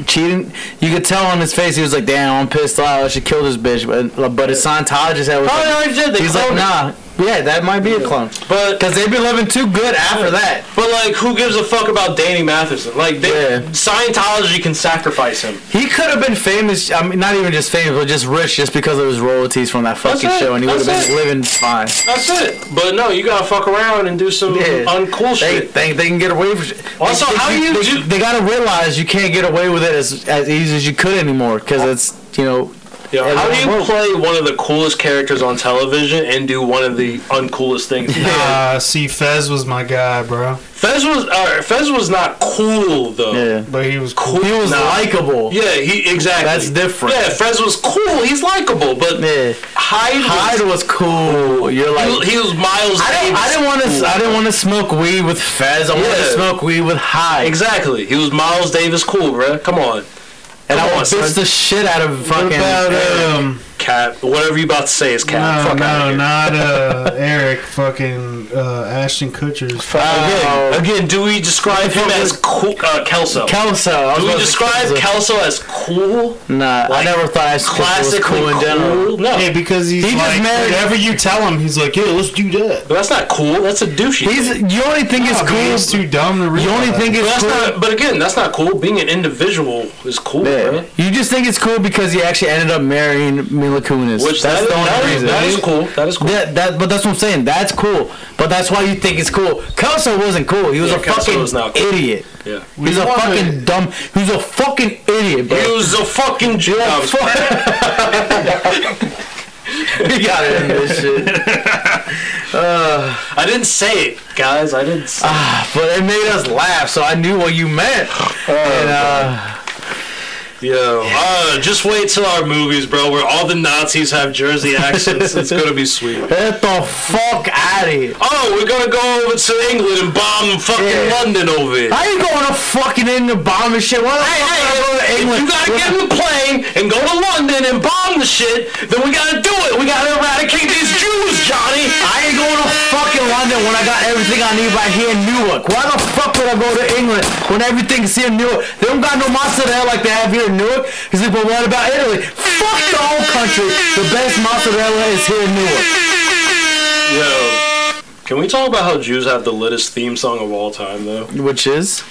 cheating, you could tell on his face he was like, "Damn, I'm pissed off. I should kill this bitch." But but his Scientologist had was Probably like, already did. They he's like, cloned him. "Nah, yeah, that might be a clone." But Because they've been living too good after that. but like, who gives a fuck about Danny Matheson? Like, they, Yeah. Scientology can sacrifice him. He could have been famous. I mean, not even just famous, but just rich, just because of his royalties from that fucking it, show, and he would have that's been it. living fine. That's it. But no, you gotta fuck around and do some Yeah. uncool They, shit. they, they can get away with shit. Also, they, how they, you they, do- They gotta realize you can't get away with it as as easy as you could anymore, because it's you know. Oh. Yeah, how do you everyone- play one of the coolest characters on television and do one of the uncoolest things? Nah, see, Fez was my guy, bro. Fez was uh, Fez was not cool though. Yeah. But he was cool. He was Nah. likable. Yeah, he exactly. That's different. Yeah, Fez was cool. He's likable, but Yeah. Hyde, Hyde was cool. You're was, like. he, was Miles. I didn't, I Davis didn't want cool. to. I didn't want to smoke weed with Fez. I wanted to Yeah. smoke weed with Hyde, Exactly, he was Miles Davis cool, bruh. Come on, and I Come would on, son. bitch the shit out of fucking. What about um? Cap. Whatever you about to say is Cap. No, Fuck out no, here. not uh, Eric. Fucking uh, Ashton Kutcher's. Oh. Again, again, do we describe Uh, him as cool? Uh, Kelso. Kelso. I was do we about to say describe Kelso. Kelso as cool? Nah, I Like, never thought Ashton Kutcher was Classically cool in general. cool? No, Yeah, because he's He just like, married- whatever you tell him, he's like, yeah, let's do that. but that's not cool. That's a douchey. He's thing. you only think it's Nah, man, He's cool. too dumb to read. You only think But it's that's cool. not. But again, that's not cool. Being an individual is cool, Yeah. bruh. You just think it's cool because he actually ended up marrying Mila Kunis. Which that's that- the that only is- reason. that is cool. That is cool. Yeah, that, but that's what I'm saying. That's cool. But that's why you think it's cool. Kelso wasn't cool. He was Yeah, a Kelso fucking was not cool. idiot. Yeah. He's a fucking dumb. He was a fucking idiot, bro. He was a fucking joke. He got it in this shit. I didn't say it, guys. I didn't. Say it. But it made us laugh, so I knew what you meant. and, uh, Yo, uh, just wait till our movies, bro, where all the Nazis have Jersey accents. it's gonna be sweet. get the fuck out of here. Oh, we're gonna go over to England and bomb fucking Yeah. London over here. How you going to fucking in the bomb and shit? Why the Hey, hey, fuck would I go to if England? you gotta get in the plane and go to London and bomb the shit, then we gotta do it. We gotta eradicate these Jews, Johnny. I ain't going to fucking London when I got everything I need right here in Newark. Why the fuck would I go to England when everything's here in Newark? They don't got no mozzarella like they have here in Newark. He's like, but what about Italy? Fuck the whole country. The best mozzarella is here in Newark. Yo. Can we talk about how Jews have the littest theme song of all time, though? Which is?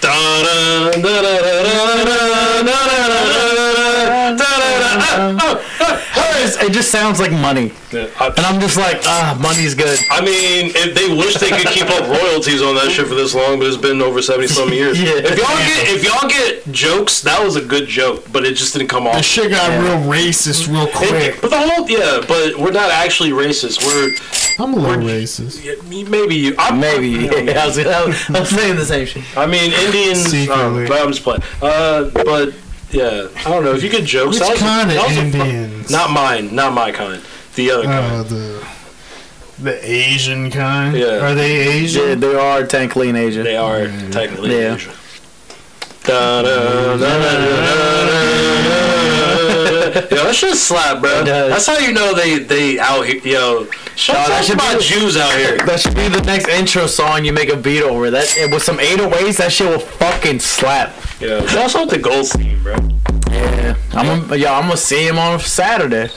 Hers, it just sounds like money. And I'm just like, ah, money's good. I mean, if they wish they could keep up royalties on that shit for this long, but it's been over seventy some years. Yeah. If y'all get if y'all get jokes, that was a good joke, but it just didn't come off. shit got real racist real quick. But the whole yeah, but we're not actually racist. We're I'm a little racist. yeah, maybe you. I, Maybe. Yeah, I, was, I was saying the same shit. I mean Indians. Um, Secretly. but I'm just playing. Uh, but Yeah, I don't know if you could joke. Which that was a- kind that of was a fu- Indians? Not mine, not my kind. The other kind. uh, the the Asian kind. Yeah. Are they Asian? Yeah, they are technically an Asian. They are technically Yeah. Asian. Yo, that shit slap, bro. It does. That's how you know they they out here. Yo, shout No, that out to should my be- Jews out here. That should be the next intro song you make a beat over. That and with some 808s, that shit will fucking slap. Yeah, shout out to Goldstein, bro. Yeah, I'm gonna, yo, I'm gonna see him on Saturday.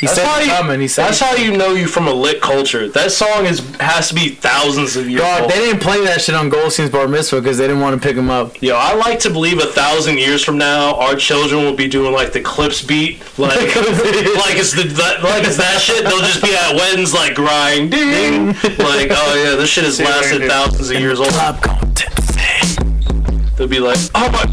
He That's said how he's you- coming. He said That's how you know you from a lit culture. That song is has to be thousands of years Dog, old. they didn't play that shit on Goldstein's Bar Mitzvah because they didn't want to pick him up. Yo, I like to believe a thousand years from now, our children will be doing like the clips beat, like like it's the that, like it's that shit. They'll just be at weddings like grinding, ding, like oh yeah, this shit has lasted thousands of years old. I'm going tipsy. They'll be like, oh my,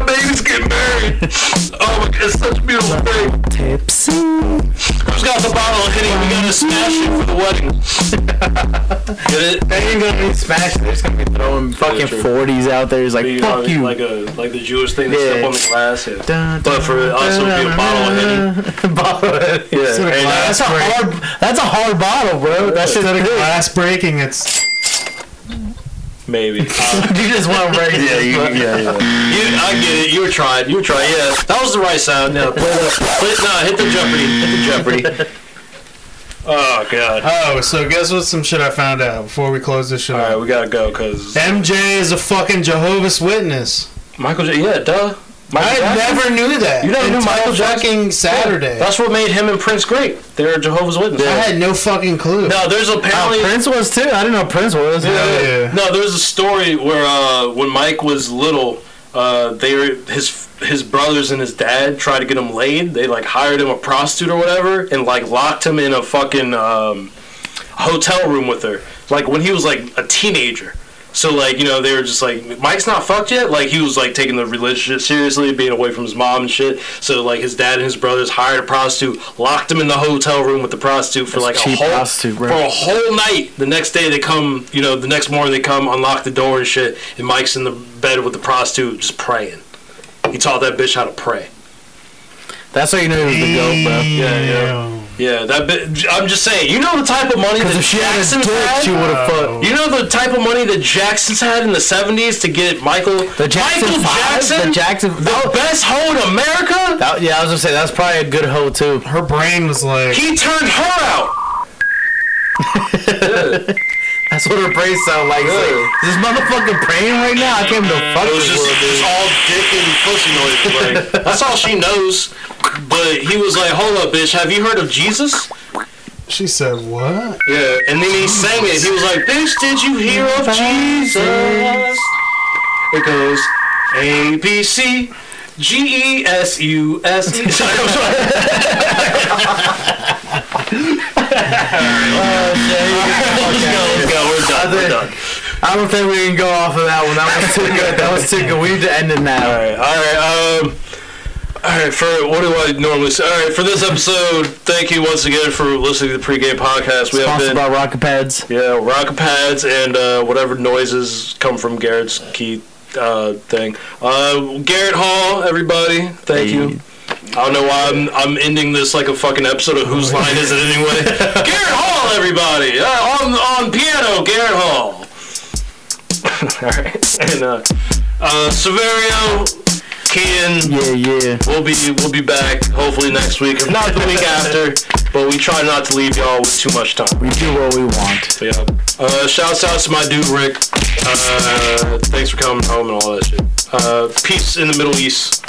my baby's getting married. Oh my, it's such a beautiful thing. Tipsy. Who's got the bottle of Henny? We gotta smash it for the wedding. Get it? They ain't gonna be smashing. They're just gonna be throwing fucking true. 40s out there. He's like, You know, fuck you. Like a like the Jewish thing, they step Yeah. on the glass. Yeah. Dun, But for us, it would be a bottle of Henny. Bottle of Henny. Yeah. Hey, And, uh, that's a hard. That's a hard bottle, bro. That shit's good. Glass breaking. It's maybe. Uh, you just want to break yeah, yeah, yeah. You, I get it. You were trying. You were trying. Yeah, that was the right sound. No, play the, play, no, hit the Jeopardy. Hit the Jeopardy. Oh god. oh, so guess what? Some shit I found out before we close this shit. All up. right, we gotta go because MJ is a fucking Jehovah's Witness. Michael. J- yeah, duh. Michael I Jackson? never knew that. You never knew until Michael Jackson? fucking Saturday. That's what made him and Prince great. They're Jehovah's Witnesses. I had no fucking clue. No, there's apparently Oh, Prince was too. I didn't know Prince was. Yeah. no. There's a story where uh, when Mike was little, uh, they were, his his brothers and his dad tried to get him laid. They like hired him a prostitute or whatever, and like locked him in a fucking um, hotel room with her. Like when he was like a teenager. So like you know they were just like Mike's not fucked yet. Like he was like taking the religion shit seriously, being away from his mom and shit. So like his dad and his brothers hired a prostitute, locked him in the hotel room with the prostitute for like a cheap whole prostitute, bro. for a whole night. The next day they come, you know, the next morning they come, unlock the door and shit, and Mike's in the bed with the prostitute just praying. He taught that bitch how to pray. That's how you knew he was the goat, bro. Yeah, yeah. Yeah, that bitch. I'm just saying. You know the type of money that Because if she had a Jackson's dick, had. she would have fucked. you know the type of money that Jackson's had in the '70s to get Michael The Michael Jackson Five? Jackson, The Jackson- the best hoe in America. That, yeah, I was gonna say that's probably a good hoe too. Her brain was like, He turned her out. That's what her brain sound like. It's like, Yeah. "Is this motherfucking praying right now. I came to fuck It was this just, world, just all dick and pussy noise. Like, that's all she knows. But he was like, "Hold up, bitch. Have you heard of Jesus?" she said, what? Yeah, and then he sang it. He was like, "Bitch, did you hear of Jesus?" It goes A B C G E S U S E. Sorry, I'm sorry. Let's go, let's go. We're done. We're done. I don't think we can go off of that one. That was too good. That was too good. We need to end it All now. right, all right. Um, all right. For what do I normally say? All right, for this episode, thank you once again for listening to the pregame podcast. We have Sponsored been by Rocket Pads. Yeah, rocket pads and uh, whatever noises come from Garrett's key uh, thing. Uh, Garrett Hall, everybody, thank you. I don't know why I'm, I'm ending this like a fucking episode of Whose Line Is It Anyway? Garrett Hall, everybody! Uh, on, on piano, Garrett Hall! Alright, and uh, uh, Severio, Kean, Yeah, yeah. we'll be, we'll be back hopefully next week, if not the week after, but we try not to leave y'all with too much time. We do what we want. Yeah. Uh, shouts out to my dude Rick. Uh, thanks for coming home and all that shit. Uh, peace in the Middle East.